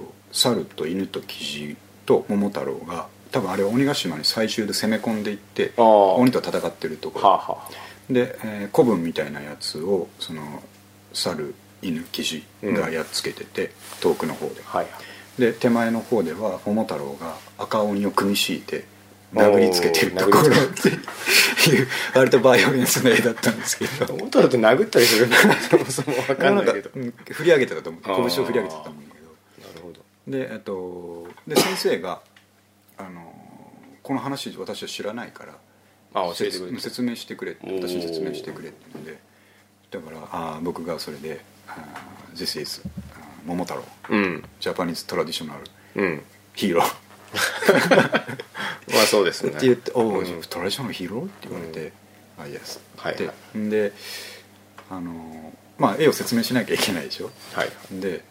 [SPEAKER 1] と猿と犬とキジと桃太郎が多分あれは鬼ヶ島に最終で攻め込んでいって
[SPEAKER 2] ああ
[SPEAKER 1] 鬼と戦ってるとこ
[SPEAKER 2] ー、
[SPEAKER 1] ろ
[SPEAKER 2] はあはあは
[SPEAKER 1] で、えー、古文みたいなやつをその猿犬キジがやっつけてて、遠くの方で
[SPEAKER 2] あはい
[SPEAKER 1] で手前の方では桃太郎が赤鬼を組み敷いて殴りつけてるところ
[SPEAKER 2] おー殴
[SPEAKER 1] っていう割とバイオレンスの絵だったんですけど
[SPEAKER 2] 桃太郎って殴ったりするのそもそも分かんないけど
[SPEAKER 1] なんかうん振り上げてたと思う
[SPEAKER 2] あー
[SPEAKER 1] 拳を振り上げてたと思うんだけど
[SPEAKER 2] るほど
[SPEAKER 1] でえっとで先生があのこの話私は知らないから
[SPEAKER 2] あ教えてく
[SPEAKER 1] 説
[SPEAKER 2] れて
[SPEAKER 1] 説明してくれって
[SPEAKER 2] おー
[SPEAKER 1] 私に説明してくれって言うんでだからあー僕がそれで「ゼスイス桃太郎
[SPEAKER 2] うん
[SPEAKER 1] ジャパニーズトラディショナル
[SPEAKER 2] うん
[SPEAKER 1] ヒーロー」
[SPEAKER 2] まあそうですね
[SPEAKER 1] って言って「おお、
[SPEAKER 2] うん
[SPEAKER 1] トラディショナルヒーロー?」って言われて「あイエス」
[SPEAKER 2] はい
[SPEAKER 1] ってであのーまあ絵を説明しなきゃいけないでしょ
[SPEAKER 2] はい
[SPEAKER 1] で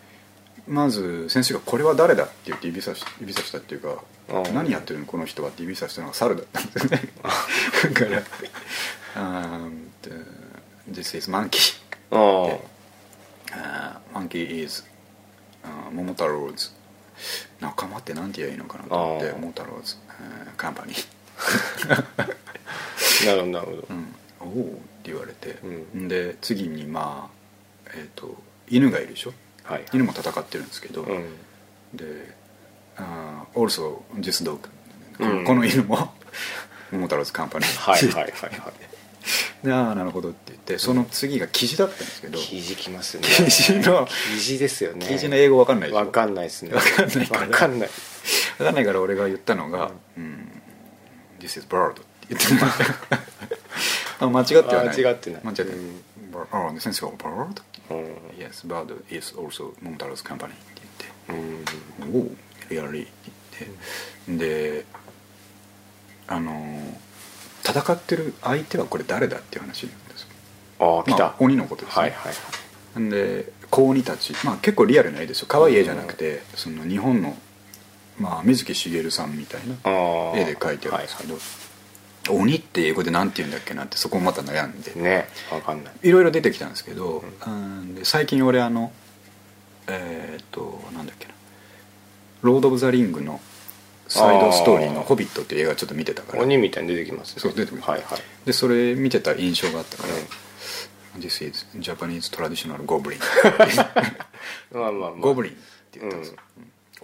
[SPEAKER 1] まず先生が「これは誰だ?」って言って指さし指さしたっていうか
[SPEAKER 2] あ
[SPEAKER 1] 「
[SPEAKER 2] ー
[SPEAKER 1] 何やってるのこの人は」って指さしたのが猿だったんですよねだから「あーんと This is monkey
[SPEAKER 2] ああ」
[SPEAKER 1] あー「monkey is あー桃太郎 's 仲間ってなんて言えばいいのかなと思って
[SPEAKER 2] あ
[SPEAKER 1] 「
[SPEAKER 2] ー
[SPEAKER 1] 桃太郎 's あーカンパニー」
[SPEAKER 2] なるほどなるほど
[SPEAKER 1] うん「おお」って言われて、
[SPEAKER 2] う
[SPEAKER 1] で次にまあえっ、と犬がいるでしょ
[SPEAKER 2] はい
[SPEAKER 1] 犬も戦ってるんですけど、
[SPEAKER 2] うん
[SPEAKER 1] で「あー also this dog、
[SPEAKER 2] うん
[SPEAKER 1] この犬も桃太郎ズカンパニー
[SPEAKER 2] はいはい
[SPEAKER 1] い、
[SPEAKER 2] はいはい
[SPEAKER 1] でああなるほどって言ってその次がキジだったんですけど、
[SPEAKER 2] 生地きます
[SPEAKER 1] (laughs)
[SPEAKER 2] ね
[SPEAKER 1] キジの
[SPEAKER 2] 生地ですよね
[SPEAKER 1] キジの英語わかんないでしょ
[SPEAKER 2] わかんないですね
[SPEAKER 1] わかんないから
[SPEAKER 2] わかんない
[SPEAKER 1] わかんないから俺が言ったのが「うん、This is bird」って言ってた
[SPEAKER 2] (laughs)
[SPEAKER 1] あ間違ってはない
[SPEAKER 2] あ間違ってない
[SPEAKER 1] 間違ってない、
[SPEAKER 2] うん
[SPEAKER 1] ああ先生が「bird?
[SPEAKER 2] うん」
[SPEAKER 1] 「Yes bird is also 桃太郎ズカンパニー」って言って
[SPEAKER 2] うん
[SPEAKER 1] おおリアリって言ってであのー戦ってる相手はこれ誰だっていう話なんですよ
[SPEAKER 2] ああ来
[SPEAKER 1] まあ
[SPEAKER 2] た
[SPEAKER 1] 鬼のことです
[SPEAKER 2] はい
[SPEAKER 1] ね、
[SPEAKER 2] はい
[SPEAKER 1] んで子鬼たち、まあ、結構リアルな絵ですよ可愛い絵じゃなくて、その日本の、まあ、水木しげるさんみたい
[SPEAKER 2] あ
[SPEAKER 1] な
[SPEAKER 2] あ
[SPEAKER 1] 絵で描いてあるんですけ
[SPEAKER 2] は
[SPEAKER 1] ど、鬼って英語で何て言うんだっけなってそこもまた悩んで
[SPEAKER 2] いはいねわかんない
[SPEAKER 1] いろいろ出てきたんですけど、うんで最近俺あのえーっとなんだっけな「ロード・オブ・ザ・リング」のサイドストーリーの
[SPEAKER 2] あ
[SPEAKER 1] 「
[SPEAKER 2] ー
[SPEAKER 1] ホビット」っていう映画ちょっと見てたから
[SPEAKER 2] 鬼みたいに出てきますね
[SPEAKER 1] そう出てくる
[SPEAKER 2] はいはい
[SPEAKER 1] でそれ見てた印象があったから
[SPEAKER 2] う
[SPEAKER 1] 「This is Japanese Traditional
[SPEAKER 2] (laughs)
[SPEAKER 1] Goblin
[SPEAKER 2] んまあまあ」まあ
[SPEAKER 1] ゴブリンって言ったんですよ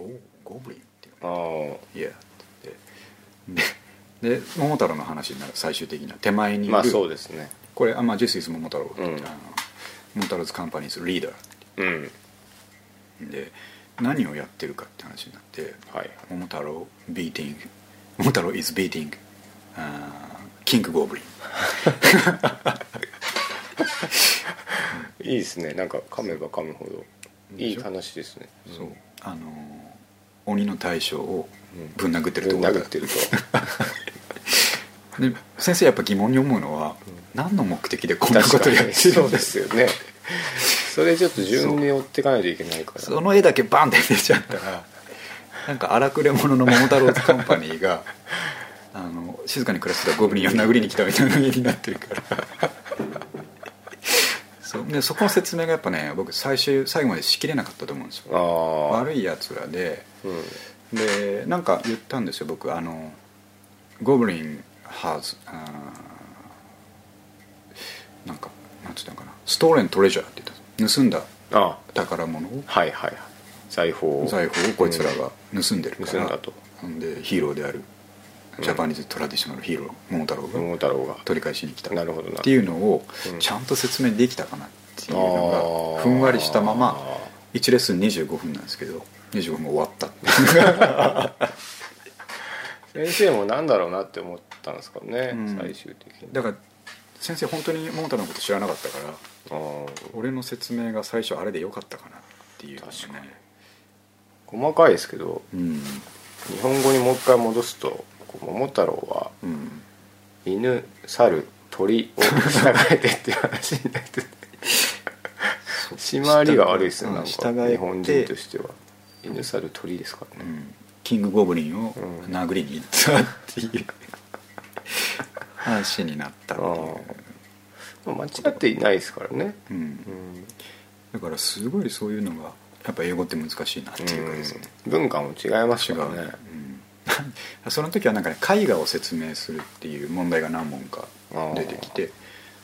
[SPEAKER 1] 「うんおうゴブリン」って
[SPEAKER 2] ああ
[SPEAKER 1] 言われて「いや」って言ってでで桃太郎の話になる最終的には手前にいる、
[SPEAKER 2] まあそうですね
[SPEAKER 1] これ「あまあ、This is 桃太郎」って言って、
[SPEAKER 2] うん
[SPEAKER 1] あの桃太郎ズカンパニーズリーダー」
[SPEAKER 2] うん
[SPEAKER 1] で何をやってるかって話になって
[SPEAKER 2] はい
[SPEAKER 1] 「桃太郎ビーティング」「桃太郎 is beating あーキングゴブリン
[SPEAKER 2] いいですねなんか噛めば噛むほどいい話ですね」
[SPEAKER 1] そうあのー鬼の大将をぶん殴ってるところだ
[SPEAKER 2] 殴って
[SPEAKER 1] (laughs)
[SPEAKER 2] ると
[SPEAKER 1] で先生やっぱ疑問に思うのは、何の目的でこんなことやってるんだ
[SPEAKER 2] そうですよねそれちょっと順に追っていかないといけないから
[SPEAKER 1] その絵だけバンって出ちゃったらなんか荒くれ者の桃太郎ズカンパニーがあの静かに暮らしてたゴブリンを殴りに来たみたいな絵になってるからそうでそこの説明がやっぱね僕最終最後までしきれなかったと思うんですよ
[SPEAKER 2] ああ
[SPEAKER 1] 悪いやつらで
[SPEAKER 2] うん
[SPEAKER 1] でなんか言ったんですよ僕あのゴブリン has あーなんかなんつったのかな「stolen treasure」って言ったんです盗んだ
[SPEAKER 2] あ
[SPEAKER 1] 宝物を
[SPEAKER 2] はいはいはい財宝を
[SPEAKER 1] 財宝をこいつらが盗んでるから、
[SPEAKER 2] 盗んだと
[SPEAKER 1] んでヒーローであるジャパニーズトラディショナルヒーロー桃太郎
[SPEAKER 2] うん桃
[SPEAKER 1] が
[SPEAKER 2] 太郎が
[SPEAKER 1] 取り返しに来た
[SPEAKER 2] なるほどな
[SPEAKER 1] っていうのを
[SPEAKER 2] うん
[SPEAKER 1] ちゃんと説明できたかなっていう
[SPEAKER 2] あ
[SPEAKER 1] のが
[SPEAKER 2] ー
[SPEAKER 1] ふんわりしたまま1レッスン25分なんですけど25分終わったっていう
[SPEAKER 2] (laughs) 先生もなんだろうなって思ったんですかね、
[SPEAKER 1] うん
[SPEAKER 2] 最終的に
[SPEAKER 1] だから先生本当に桃太郎のこと知らなかったから
[SPEAKER 2] あー
[SPEAKER 1] 俺の説明が最初あれでよかったかなっていうのがね
[SPEAKER 2] 確か細かいですけど
[SPEAKER 1] うん
[SPEAKER 2] 日本語にもう一回戻すとこう桃太郎は
[SPEAKER 1] うん
[SPEAKER 2] 犬猿鳥を従えてっていう話になってて
[SPEAKER 1] (laughs)
[SPEAKER 2] 締まりが悪いですねなんか
[SPEAKER 1] 従えて
[SPEAKER 2] 日本人としては犬猿鳥ですから
[SPEAKER 1] う
[SPEAKER 2] ね、
[SPEAKER 1] んキングゴブリンを
[SPEAKER 2] うん
[SPEAKER 1] 殴りに行ったっていう話になったってい
[SPEAKER 2] あまあ、間違っていないですからね、
[SPEAKER 1] う、うん
[SPEAKER 2] う、ん
[SPEAKER 1] だからすごいそういうのがやっぱ英語って難しいなっていうかですね、
[SPEAKER 2] うん文化も違います
[SPEAKER 1] 違う
[SPEAKER 2] からね
[SPEAKER 1] うん (laughs) その時はなんかね絵画を説明するっていう問題が何問か出てきて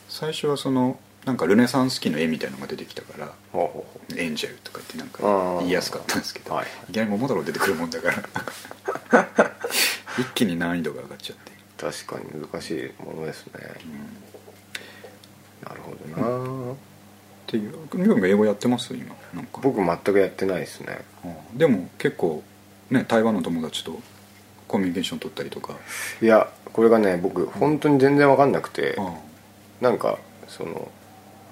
[SPEAKER 1] 最初はそのなんかルネサンス期の絵みたいのが出てきたから
[SPEAKER 2] ほうほうほ
[SPEAKER 1] 「エンジェル」とかってなんか
[SPEAKER 2] あー
[SPEAKER 1] 言いやすかったんですけど、
[SPEAKER 2] はい
[SPEAKER 1] い、きなり「桃太郎」出てくるもんだから一気に難易度が上がっちゃって、
[SPEAKER 2] う確かに難しいものですね
[SPEAKER 1] うんっ
[SPEAKER 2] なるほどな、
[SPEAKER 1] ていうみくんが英語やってます今なんか
[SPEAKER 2] 僕全くやってないですね
[SPEAKER 1] あーでも結構ね台湾の友達とコミュニケーション取ったりとか
[SPEAKER 2] いやこれがね僕本当に全然分かんなくて、
[SPEAKER 1] あ
[SPEAKER 2] なんかその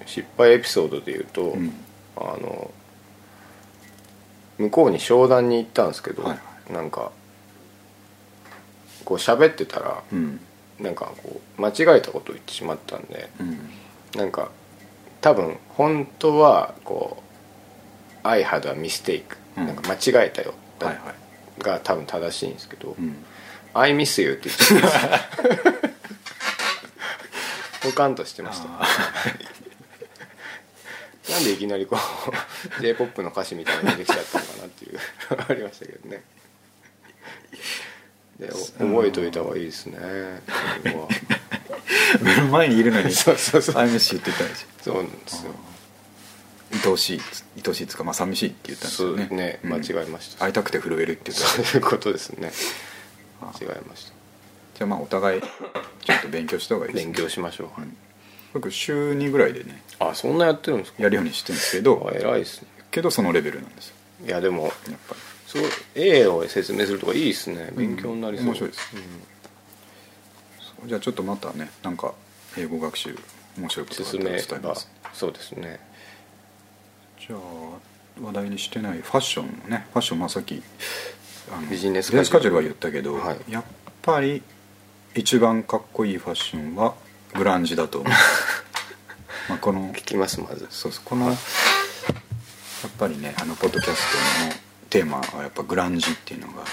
[SPEAKER 2] 失敗エピソードで言うと、
[SPEAKER 1] ーうん
[SPEAKER 2] あの向こうに商談に行ったんですけど、
[SPEAKER 1] はいは
[SPEAKER 2] なんかこう喋ってたら
[SPEAKER 1] うん
[SPEAKER 2] なんかこう間違えたことを言ってしまったんで
[SPEAKER 1] うん
[SPEAKER 2] なんか多分本当はこう「I had a mistake」
[SPEAKER 1] うん
[SPEAKER 2] なんか間違えたよ、
[SPEAKER 1] はいはい
[SPEAKER 2] が多分正しいんですけど「
[SPEAKER 1] うん
[SPEAKER 2] I miss you」って言ってました
[SPEAKER 1] (laughs)
[SPEAKER 2] ポカンとしてました
[SPEAKER 1] あー
[SPEAKER 2] なんでいきなりこう j p o p の歌詞みたいなの出てきちゃったのかなっていう (laughs) ありましたけどねでお覚えといた方がいいで
[SPEAKER 1] (laughs)
[SPEAKER 2] すねこれは
[SPEAKER 1] (laughs) 目の前にいるのに
[SPEAKER 2] そうそうそう
[SPEAKER 1] 「I miss you」って言ったんですよ
[SPEAKER 2] そうなんですよ
[SPEAKER 1] 愛おしい愛おしいっつうか、まあ、寂しいって言ったんです
[SPEAKER 2] そ
[SPEAKER 1] よ
[SPEAKER 2] う
[SPEAKER 1] ね
[SPEAKER 2] ね
[SPEAKER 1] うん
[SPEAKER 2] 間違えました、
[SPEAKER 1] 会いたくて震えるって言ったん
[SPEAKER 2] そ
[SPEAKER 1] で
[SPEAKER 2] ういうことですね
[SPEAKER 1] あ
[SPEAKER 2] 違いました
[SPEAKER 1] じゃあまあお互いちょっと勉強した方がいいです
[SPEAKER 2] 勉強しましょう、
[SPEAKER 1] うん僕週2ぐらいでね
[SPEAKER 2] あそんなやってるんですか
[SPEAKER 1] やるようにしてるんですけど
[SPEAKER 2] あ偉いですね
[SPEAKER 1] けどそのレベルなんですよ
[SPEAKER 2] いやでも
[SPEAKER 1] やっぱり
[SPEAKER 2] そう A を説明するとかいいですね勉強になりそ
[SPEAKER 1] う
[SPEAKER 2] う、
[SPEAKER 1] ん面白いですそうじゃあちょっとまたねなんか英語学習面白いことがあった
[SPEAKER 2] 進
[SPEAKER 1] ら伝
[SPEAKER 2] め
[SPEAKER 1] えま
[SPEAKER 2] ば
[SPEAKER 1] す
[SPEAKER 2] そうですね
[SPEAKER 1] じゃあ話題にしてないファッションのねファッションまあさっきあの
[SPEAKER 2] ビジネスカジュア
[SPEAKER 1] ビカ
[SPEAKER 2] ル
[SPEAKER 1] ジュアルは言ったけど、
[SPEAKER 2] はい
[SPEAKER 1] やっぱり一番かっこいいファッションはグランジだと思うまあこの
[SPEAKER 2] 聞きますまず
[SPEAKER 1] そうそうこのやっぱりねあのポッドキャストのテーマはやっぱグランジっていうのが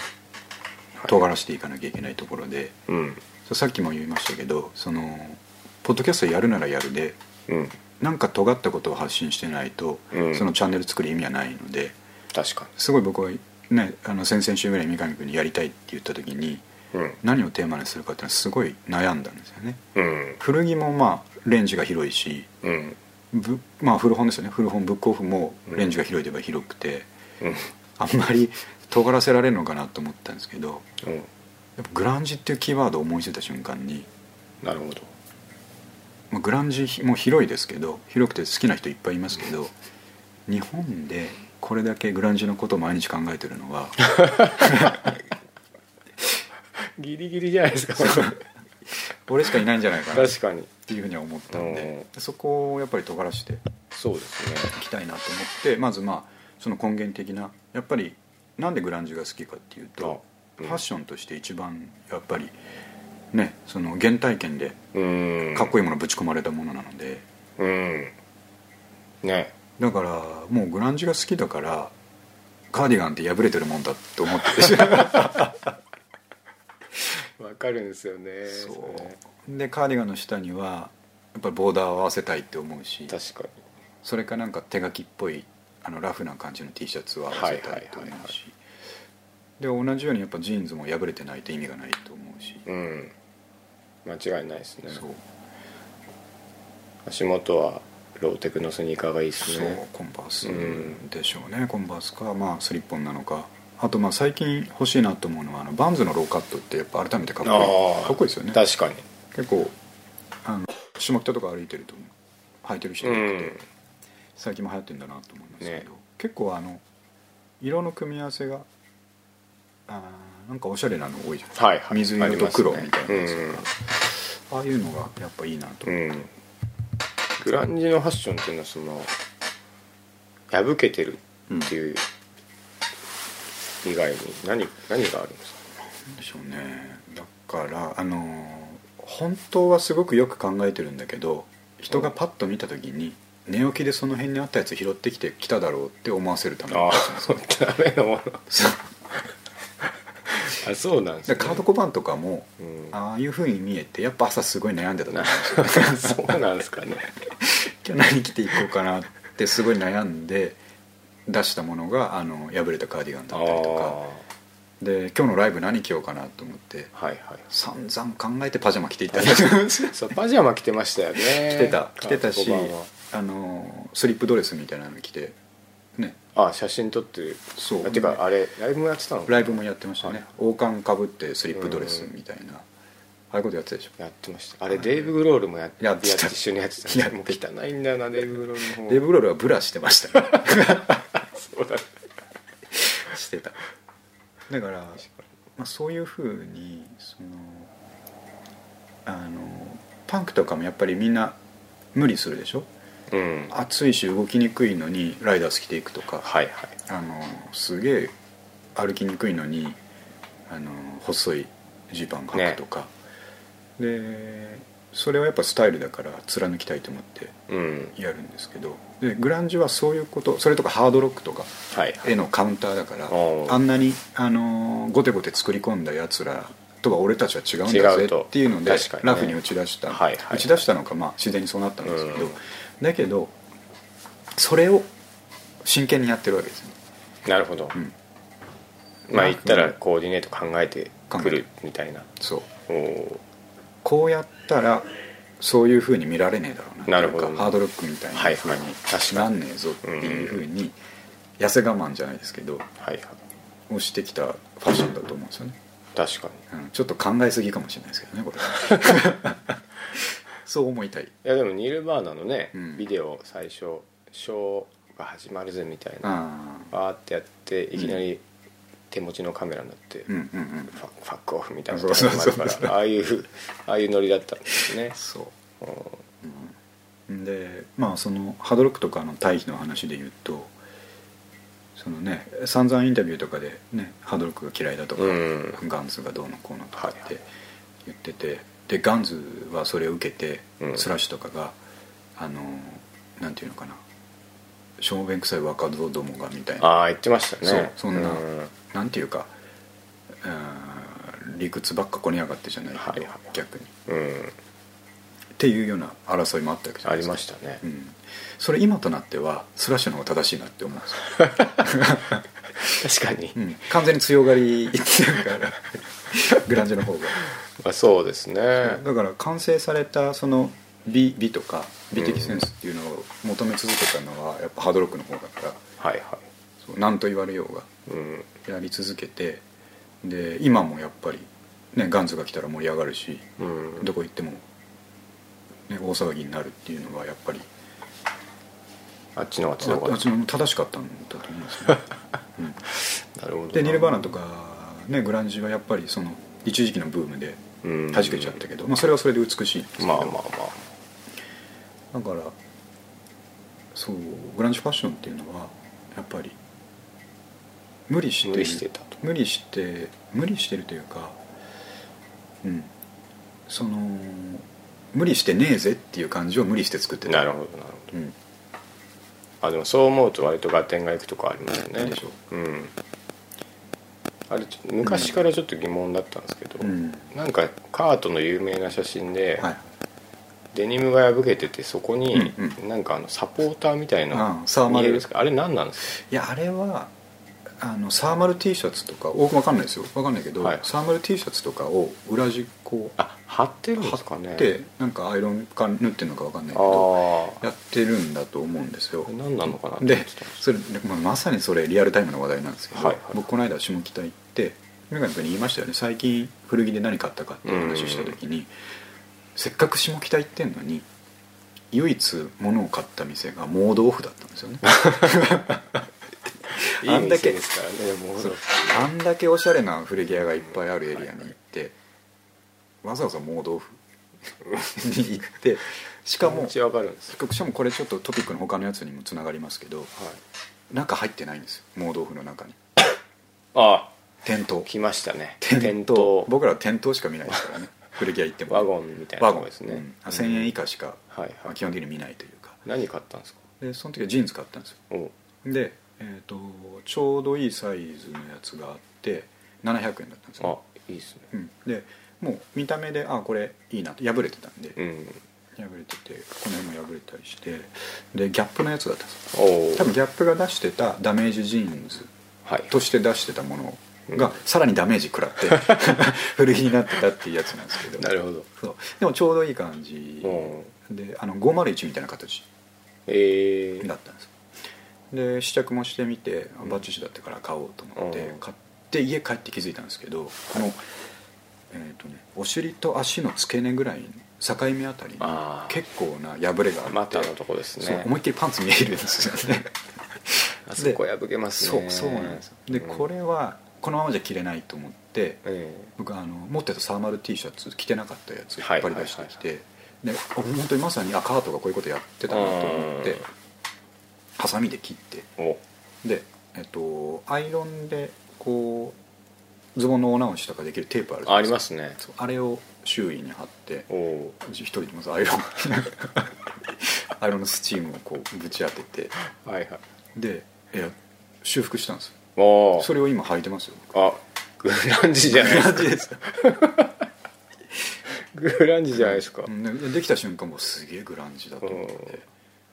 [SPEAKER 1] 尖らせていかなきゃいけないところで、
[SPEAKER 2] うん
[SPEAKER 1] そうさっきも言いましたけどそのポッドキャストやるならやるで
[SPEAKER 2] うん
[SPEAKER 1] なんか尖ったことを発信してないと、
[SPEAKER 2] うん
[SPEAKER 1] そのチャンネル作る意味はないので
[SPEAKER 2] 確か
[SPEAKER 1] すごい僕はねあの先々週ぐらいに三上君にやりたいって言った時に
[SPEAKER 2] にうん
[SPEAKER 1] 何をテーマにするかっていうのはすごい悩んだんですよね
[SPEAKER 2] うん
[SPEAKER 1] 古着もまあレンジが広いし
[SPEAKER 2] うん
[SPEAKER 1] ぶまあ古本ですよね古本ブックオフもレンジが広いといえば広くて、
[SPEAKER 2] うん
[SPEAKER 1] あんまり尖らせられるのかなと思ったんですけど
[SPEAKER 2] うん
[SPEAKER 1] やっぱグランジっていうキーワードを思いついた瞬間に
[SPEAKER 2] なるほど
[SPEAKER 1] まあグランジも広いですけど広くて好きな人いっぱいいますけど日本でこれだけグランジのことを毎日考えてるの
[SPEAKER 2] (laughs)
[SPEAKER 1] は
[SPEAKER 2] ギリギリじゃな
[SPEAKER 1] (laughs)
[SPEAKER 2] いですか
[SPEAKER 1] 俺しかいないんじゃないかなっ
[SPEAKER 2] 確かに
[SPEAKER 1] ていうふうには思ったんでそこをやっぱり尖らしてい
[SPEAKER 2] そうですね
[SPEAKER 1] きたいなと思ってまずまあその根源的なやっぱりなんでグランジが好きかっていうと、
[SPEAKER 2] あうん
[SPEAKER 1] ファッションとして一番やっぱりねその原体験で
[SPEAKER 2] うん
[SPEAKER 1] かっこいいものぶち込まれたものなので。
[SPEAKER 2] うんね
[SPEAKER 1] だからもうグランジが好きだからカーディガンって破れてるもんだと思ってて
[SPEAKER 2] わかるんですよね
[SPEAKER 1] そうでカーディガンの下にはやっぱりボーダーを合わせたいって思うし
[SPEAKER 2] れ確か
[SPEAKER 1] それかなんか手書きっぽいあのラフな感じの T シャツを合わせたいと思
[SPEAKER 2] はいはいは
[SPEAKER 1] うしで同じようにやっぱジーンズも破れてないと意味がないと思うし、
[SPEAKER 2] にうん間違いないですね
[SPEAKER 1] そう
[SPEAKER 2] 足元はローテクのスニーカーがいいです
[SPEAKER 1] そう
[SPEAKER 2] ね
[SPEAKER 1] コンバース
[SPEAKER 2] うん
[SPEAKER 1] でしょうね、コンバースか、まあ、スリッポンなのかあとまあ最近欲しいなと思うのはあのバンズのローカットってやっぱ改めてかっこい
[SPEAKER 2] あ
[SPEAKER 1] い
[SPEAKER 2] あ
[SPEAKER 1] かっこいいですよね
[SPEAKER 2] 確かに
[SPEAKER 1] 結構あの下北とか歩いてると履いてる人
[SPEAKER 2] う
[SPEAKER 1] 多くて、
[SPEAKER 2] ん
[SPEAKER 1] 最近も流行ってんだなと思いますけど、
[SPEAKER 2] ね
[SPEAKER 1] 結構あの色の組み合わせがあーなんかおしゃれなの多いじゃないですか、
[SPEAKER 2] はいはい
[SPEAKER 1] 水色と黒みたいなやつ
[SPEAKER 2] うん
[SPEAKER 1] ああいうのがやっぱいいなと、
[SPEAKER 2] うんグランジのファッションっていうのはその破けてるっていう以外に何何があるんですか
[SPEAKER 1] でしょうねだからあのー本当はすごくよく考えてるんだけど人がパッと見た時に寝起きでその辺にあったやつ拾ってきてきただろうって思わせるため
[SPEAKER 2] ああ (laughs) ダメなもの
[SPEAKER 1] そう
[SPEAKER 2] あそうなんです
[SPEAKER 1] だ
[SPEAKER 2] ね
[SPEAKER 1] からカード小判とかも
[SPEAKER 2] うん
[SPEAKER 1] ああいうふうに見えてやっぱ朝すごい悩んでたと思う
[SPEAKER 2] そうなんですかね
[SPEAKER 1] 今日何着ていこうかなってすごい悩んで出したものがあの破れたカーディガン
[SPEAKER 2] あ
[SPEAKER 1] だ
[SPEAKER 2] あ
[SPEAKER 1] ったりとかで今日のライブ何着ようかなと思って
[SPEAKER 2] はいはい
[SPEAKER 1] 散々考えてパジャマ着ていったりとか着
[SPEAKER 2] (laughs) そうパジャマ着てましたよね
[SPEAKER 1] てた着てたし
[SPEAKER 2] カート小判は
[SPEAKER 1] あのスリップドレスみたいなの着てね
[SPEAKER 2] あ写真撮ってる
[SPEAKER 1] そう
[SPEAKER 2] あてかあれライブもやってたの
[SPEAKER 1] ライブもやってましたね王冠かぶってスリップドレスみたいなああいうことやってたでしょ
[SPEAKER 2] やってましたあれデイブ・グロールもやって
[SPEAKER 1] やってた
[SPEAKER 2] 一緒にやってた
[SPEAKER 1] やって
[SPEAKER 2] もう汚いんだよなデイブ・グロールの方
[SPEAKER 1] デーブ・グロールはブラしてましたね
[SPEAKER 2] そうだ
[SPEAKER 1] してただから、まあ、そういうふうにそのあのパンクとかもやっぱりみんな無理するでしょ
[SPEAKER 2] うんはい
[SPEAKER 1] 暑いし動きにくいのにライダース着ていくとか
[SPEAKER 2] はい
[SPEAKER 1] あのすげえ歩きにくいのにあの細いジーパン履くとか、でそれはやっぱスタイルだから貫きたいと思って
[SPEAKER 2] うん
[SPEAKER 1] やるんですけどでグランジはそういうことそれとかハードロックとか
[SPEAKER 2] はい
[SPEAKER 1] 絵のカウンターだから
[SPEAKER 2] おう
[SPEAKER 1] あんなに、あのーゴテゴテ作り込んだやつらとは俺たちは違うんだぜ
[SPEAKER 2] 違うと
[SPEAKER 1] っていうので、
[SPEAKER 2] 確かにね
[SPEAKER 1] ラフに打ち出した、
[SPEAKER 2] はいはい
[SPEAKER 1] 打ち出したのか、まあ、自然にそうなったんですけど、
[SPEAKER 2] うん
[SPEAKER 1] だけどそれを真剣にやってるわけですよね
[SPEAKER 2] なるほど、
[SPEAKER 1] ん
[SPEAKER 2] まあ言ったらコーディネート考えてくるみたいな
[SPEAKER 1] そう
[SPEAKER 2] おー
[SPEAKER 1] こうやったらそういうふうに見られねえだろうな
[SPEAKER 2] なるほど
[SPEAKER 1] というかハードロックみたいな
[SPEAKER 2] はい
[SPEAKER 1] ふうに
[SPEAKER 2] 確か
[SPEAKER 1] な
[SPEAKER 2] に
[SPEAKER 1] んねえぞっていうふうに痩せ我慢じゃないですけど
[SPEAKER 2] はいはい
[SPEAKER 1] をしてきたファッションだと思うんですよね
[SPEAKER 2] 確かに
[SPEAKER 1] うんちょっと考えすぎかもしれないですけどねこれ
[SPEAKER 2] (laughs)
[SPEAKER 1] そう思いたい
[SPEAKER 2] いやでもニルバーナのね、
[SPEAKER 1] うん
[SPEAKER 2] ビデオ最初ショーが始まるぜみたいな
[SPEAKER 1] ああ
[SPEAKER 2] バーってやっていきなり手持ちのカメラになって、
[SPEAKER 1] うん
[SPEAKER 2] フ
[SPEAKER 1] うんうん
[SPEAKER 2] ァファックオフみたいな
[SPEAKER 1] そうそうそう
[SPEAKER 2] ところもあるからああいう (laughs) ああいうノリだったんですね
[SPEAKER 1] そう
[SPEAKER 2] うん
[SPEAKER 1] でまあそのハードロックとかの対比の話で言うとそのね散々インタビューとかで、ね、ハードロックが嫌いだとか、
[SPEAKER 2] うん
[SPEAKER 1] ガンズがどうのこうのとかっ
[SPEAKER 2] はいは
[SPEAKER 1] て
[SPEAKER 2] い
[SPEAKER 1] 言っててでガンズはそれを受けて、
[SPEAKER 2] うん
[SPEAKER 1] スラッシュとかがあのなんていうのかな小便臭い若造どもがみたいな
[SPEAKER 2] ああ言ってましたね
[SPEAKER 1] そうそんな、
[SPEAKER 2] うん
[SPEAKER 1] なんていうかうーん理屈ばっかこねやがってじゃないけど、
[SPEAKER 2] はいはい
[SPEAKER 1] 逆にっ
[SPEAKER 2] うん
[SPEAKER 1] ていうような争いもあったわけじゃな
[SPEAKER 2] あ
[SPEAKER 1] いで
[SPEAKER 2] り
[SPEAKER 1] すか
[SPEAKER 2] ましたね、
[SPEAKER 1] うん、それ今となってはスラッシュの方が正しいなって思うん
[SPEAKER 2] (laughs)
[SPEAKER 1] ですよ、
[SPEAKER 2] 確かに、
[SPEAKER 1] うん、完全に強が
[SPEAKER 2] (laughs)
[SPEAKER 1] りっていうからグランジの方が
[SPEAKER 2] まあ、そうですね、
[SPEAKER 1] だから完成されたその美美とか美的センスっていうのを求め続けたのはやっぱハードロックの方だから
[SPEAKER 2] はいは
[SPEAKER 1] そう何と言われようが
[SPEAKER 2] い、うん、
[SPEAKER 1] やり続けてで今もやっぱり、ね、ガンズが来たら盛り上がるし
[SPEAKER 2] うん、
[SPEAKER 1] どこ行っても、ね、大騒ぎになるっていうのはやっぱり
[SPEAKER 2] あっちの方が
[SPEAKER 1] あ
[SPEAKER 2] 強か
[SPEAKER 1] あ
[SPEAKER 2] っ
[SPEAKER 1] っちの正しかったんだと思うん
[SPEAKER 2] (laughs)
[SPEAKER 1] ですよ、ねうん
[SPEAKER 2] たなるほどな
[SPEAKER 1] でニルバーナとか、ね、グランジはやっぱりその一時期のブームで
[SPEAKER 2] うん
[SPEAKER 1] 弾けちゃったけど、まあ、それはそれで美しいんですけど
[SPEAKER 2] まあまあ
[SPEAKER 1] だ
[SPEAKER 2] ま
[SPEAKER 1] からそうグランジファッションっていうのはやっぱり無理して
[SPEAKER 2] 無理してたと
[SPEAKER 1] 無理して無理してるというかうんその無理してねえぜっていう感じを無理して作って
[SPEAKER 2] あ
[SPEAKER 1] た
[SPEAKER 2] なるほどなるほど
[SPEAKER 1] うん、
[SPEAKER 2] あでもそう思うと割と合点がいくとこありますよね
[SPEAKER 1] でしょ
[SPEAKER 2] うんあれちょ昔からちょっと疑問だったんですけど、
[SPEAKER 1] うん、
[SPEAKER 2] なんかカートの有名な写真で、
[SPEAKER 1] はい
[SPEAKER 2] デニムが破けててそこに
[SPEAKER 1] うん
[SPEAKER 2] なんかあのサポーターみたいな
[SPEAKER 1] ああサーマル
[SPEAKER 2] 見えるんですかあれ何なんです
[SPEAKER 1] いやあれはあのサーマル T シャツとか多くわかんないですよわかんないけど、
[SPEAKER 2] はい
[SPEAKER 1] サーマル T シャツとかを裏地こう
[SPEAKER 2] あ貼ってるんで
[SPEAKER 1] 貼
[SPEAKER 2] すかね
[SPEAKER 1] って、なんかアイロンか縫ってるのかわかんないけ
[SPEAKER 2] あ
[SPEAKER 1] ど
[SPEAKER 2] あ
[SPEAKER 1] やってるんだと思うんですよ
[SPEAKER 2] 何なのかなって
[SPEAKER 1] で
[SPEAKER 2] 思ってたんです
[SPEAKER 1] それ、まあ、まさにそれリアルタイムの話題なんですけど、
[SPEAKER 2] はいはい
[SPEAKER 1] 僕この間下北行ってメガネ君に言いましたよね最近古着で何買ったかっていう話をした時にせっかく下北行ってんのに唯一物を買った店が盲導布だったんですよね
[SPEAKER 2] い
[SPEAKER 1] あ
[SPEAKER 2] い
[SPEAKER 1] んだけ
[SPEAKER 2] 店ですからねもう
[SPEAKER 1] そうあんだけおしゃれな古着屋がいっぱいあるエリアに行ってわざわざ盲導布に行ってしか
[SPEAKER 2] 気
[SPEAKER 1] も
[SPEAKER 2] 持ちわかるんですよ
[SPEAKER 1] しかもこれちょっとトピックの他のやつにもつながりますけど
[SPEAKER 2] はい
[SPEAKER 1] 中入ってないんですよ盲導布の中に
[SPEAKER 2] あ
[SPEAKER 1] 店頭
[SPEAKER 2] あ来ましたね
[SPEAKER 1] 店
[SPEAKER 2] 店
[SPEAKER 1] 頭
[SPEAKER 2] 頭
[SPEAKER 1] 僕らは店頭しか見ないですからね古着屋行っても
[SPEAKER 2] ワゴンみたいな
[SPEAKER 1] ワ
[SPEAKER 2] と
[SPEAKER 1] ゴンで
[SPEAKER 2] こですす
[SPEAKER 1] ね、う
[SPEAKER 2] ね、
[SPEAKER 1] んあ1000円以下しか、
[SPEAKER 2] はいはい
[SPEAKER 1] まあ基本的に見ないというか
[SPEAKER 2] 何買ったんですか
[SPEAKER 1] でその時はジーンズ買ったんですよ
[SPEAKER 2] お
[SPEAKER 1] で、えー、とちょうどいいサイズのやつがあって700円だったんです
[SPEAKER 2] あ
[SPEAKER 1] よ、
[SPEAKER 2] いいですね
[SPEAKER 1] うん、でもう見た目であこれいいなと破れてたんで、
[SPEAKER 2] うん
[SPEAKER 1] 破れててこの辺も破れたりしてでギャップのやつだったんですよ
[SPEAKER 2] おお
[SPEAKER 1] 多分ギャップが出してたダメージジーンズ
[SPEAKER 2] はい
[SPEAKER 1] として出してたものがさらにダメージ食らって (laughs) 古着になってたっていうやつなんですけど
[SPEAKER 2] なるほど
[SPEAKER 1] そうでもちょうどいい感じであの501みたいな形
[SPEAKER 2] ええ
[SPEAKER 1] だったんですで試着もしてみてあバッチシだったから買おうと思って
[SPEAKER 2] うん
[SPEAKER 1] 買って家帰って気づいたんですけどこの、えーとね、お尻と足の付け根ぐらいの境目あたりに
[SPEAKER 2] あー
[SPEAKER 1] 結構な破れがあって、
[SPEAKER 2] またのとこです
[SPEAKER 1] そう
[SPEAKER 2] ね
[SPEAKER 1] 思いっきりパンツ見えるんですよね
[SPEAKER 2] あそこ破けます
[SPEAKER 1] そ
[SPEAKER 2] ね
[SPEAKER 1] うそうなんですよで
[SPEAKER 2] うん
[SPEAKER 1] これはこのままじゃ着れないと思って
[SPEAKER 2] え
[SPEAKER 1] 僕あの持ってたサーマル T シャツ着てなかったやつ引
[SPEAKER 2] はい
[SPEAKER 1] っ張り出してきて、で本当にまさにあカートがこういうことやってたなと思って
[SPEAKER 2] うん
[SPEAKER 1] ハサミで切って
[SPEAKER 2] えお
[SPEAKER 1] でえっとアイロンでこうズボンのお直しとかできるテープあるじゃ
[SPEAKER 2] あ
[SPEAKER 1] ない
[SPEAKER 2] り
[SPEAKER 1] ですか
[SPEAKER 2] ますね
[SPEAKER 1] そうあれを周囲に貼って
[SPEAKER 2] おお
[SPEAKER 1] 一人でまずアイロン (laughs) アイロンのスチームをこうぶち当てて
[SPEAKER 2] はいはい
[SPEAKER 1] でいや修復したんですよ
[SPEAKER 2] おお
[SPEAKER 1] それを今履いて
[SPEAKER 2] (laughs)
[SPEAKER 1] ますよ
[SPEAKER 2] あグランジじゃないですか
[SPEAKER 1] 感じですか
[SPEAKER 2] グランジじゃないですか
[SPEAKER 1] うんでできた瞬間もうすげえグランジだと思っ
[SPEAKER 2] うん
[SPEAKER 1] て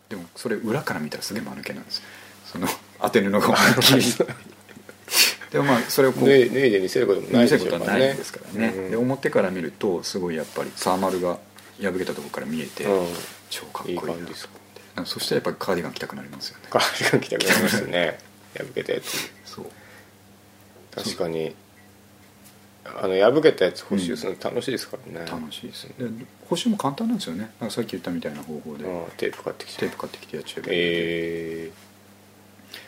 [SPEAKER 1] でもそれ裏から見たらすげえ間抜けなんですよその当て布が思いっ
[SPEAKER 2] (laughs)
[SPEAKER 1] きりでもまあそれをこう
[SPEAKER 2] 脱い脱いで見せることもない
[SPEAKER 1] 見せ
[SPEAKER 2] で
[SPEAKER 1] るこ
[SPEAKER 2] すよ
[SPEAKER 1] とはないですからね、
[SPEAKER 2] うん
[SPEAKER 1] で表から見るとすごいやっぱりサーマルが破けたところから見えて、
[SPEAKER 2] うん
[SPEAKER 1] 超かっこいい
[SPEAKER 2] いい
[SPEAKER 1] なと思っ
[SPEAKER 2] 感
[SPEAKER 1] て
[SPEAKER 2] じです
[SPEAKER 1] なんかそしたらやっぱりカーディガン着たくなりますよね
[SPEAKER 2] カーディガン着たくなりますね破けたやつ
[SPEAKER 1] そう
[SPEAKER 2] 確かにあの破けたやつ補修するの楽しいですからね、
[SPEAKER 1] 楽しいです、で補修も簡単なんですよねなんかさっき言ったみたいな方法で、
[SPEAKER 2] うんテープ買ってき
[SPEAKER 1] テ
[SPEAKER 2] て
[SPEAKER 1] ープ買ってきてやっちゃえばいい
[SPEAKER 2] え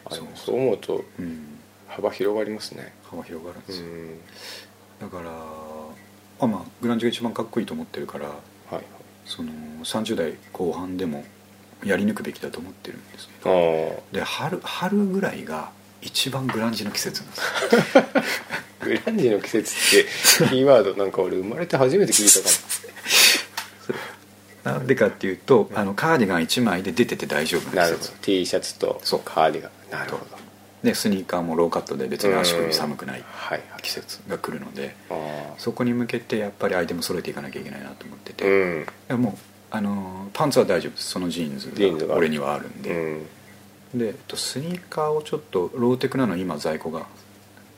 [SPEAKER 2] えー、あ
[SPEAKER 1] そう
[SPEAKER 2] のそう思うと
[SPEAKER 1] うん、
[SPEAKER 2] 幅広がりますね
[SPEAKER 1] 幅広がるんで
[SPEAKER 2] う
[SPEAKER 1] すよ、
[SPEAKER 2] ん
[SPEAKER 1] だからあまあグランジが一番かっこいいと思ってるから
[SPEAKER 2] はい
[SPEAKER 1] その30代後半でもやり抜くべきだと思ってるんですけど
[SPEAKER 2] はいあ
[SPEAKER 1] で春春ぐらいが一番グランジの季節なんですよ
[SPEAKER 2] あグランジの季節ってキーワードなんか俺生まれて初めて聞
[SPEAKER 1] (laughs)
[SPEAKER 2] いたか
[SPEAKER 1] なんでかっていうとあのカーディガン1枚で出てて大丈夫
[SPEAKER 2] もな
[SPEAKER 1] な
[SPEAKER 2] る
[SPEAKER 1] ん
[SPEAKER 2] ほ
[SPEAKER 1] です
[SPEAKER 2] ど
[SPEAKER 1] よ
[SPEAKER 2] T シャツと
[SPEAKER 1] そう
[SPEAKER 2] カーディガンなるほど
[SPEAKER 1] でスニーカーもローカットで別に足首寒くない
[SPEAKER 2] はいはい
[SPEAKER 1] 季節が来るので
[SPEAKER 2] ああ
[SPEAKER 1] そこに向けてやっぱりアイテム揃えていかなきゃいけないなと思って
[SPEAKER 2] う
[SPEAKER 1] て、
[SPEAKER 2] ん
[SPEAKER 1] でもうあのパンツは大丈夫ですそのジーン
[SPEAKER 2] ジーン
[SPEAKER 1] ズ
[SPEAKER 2] ズ
[SPEAKER 1] が
[SPEAKER 2] が
[SPEAKER 1] 俺にはあるん
[SPEAKER 2] う
[SPEAKER 1] で、
[SPEAKER 2] ん
[SPEAKER 1] でえっとスニーカーをちょっとローテクなの今在庫が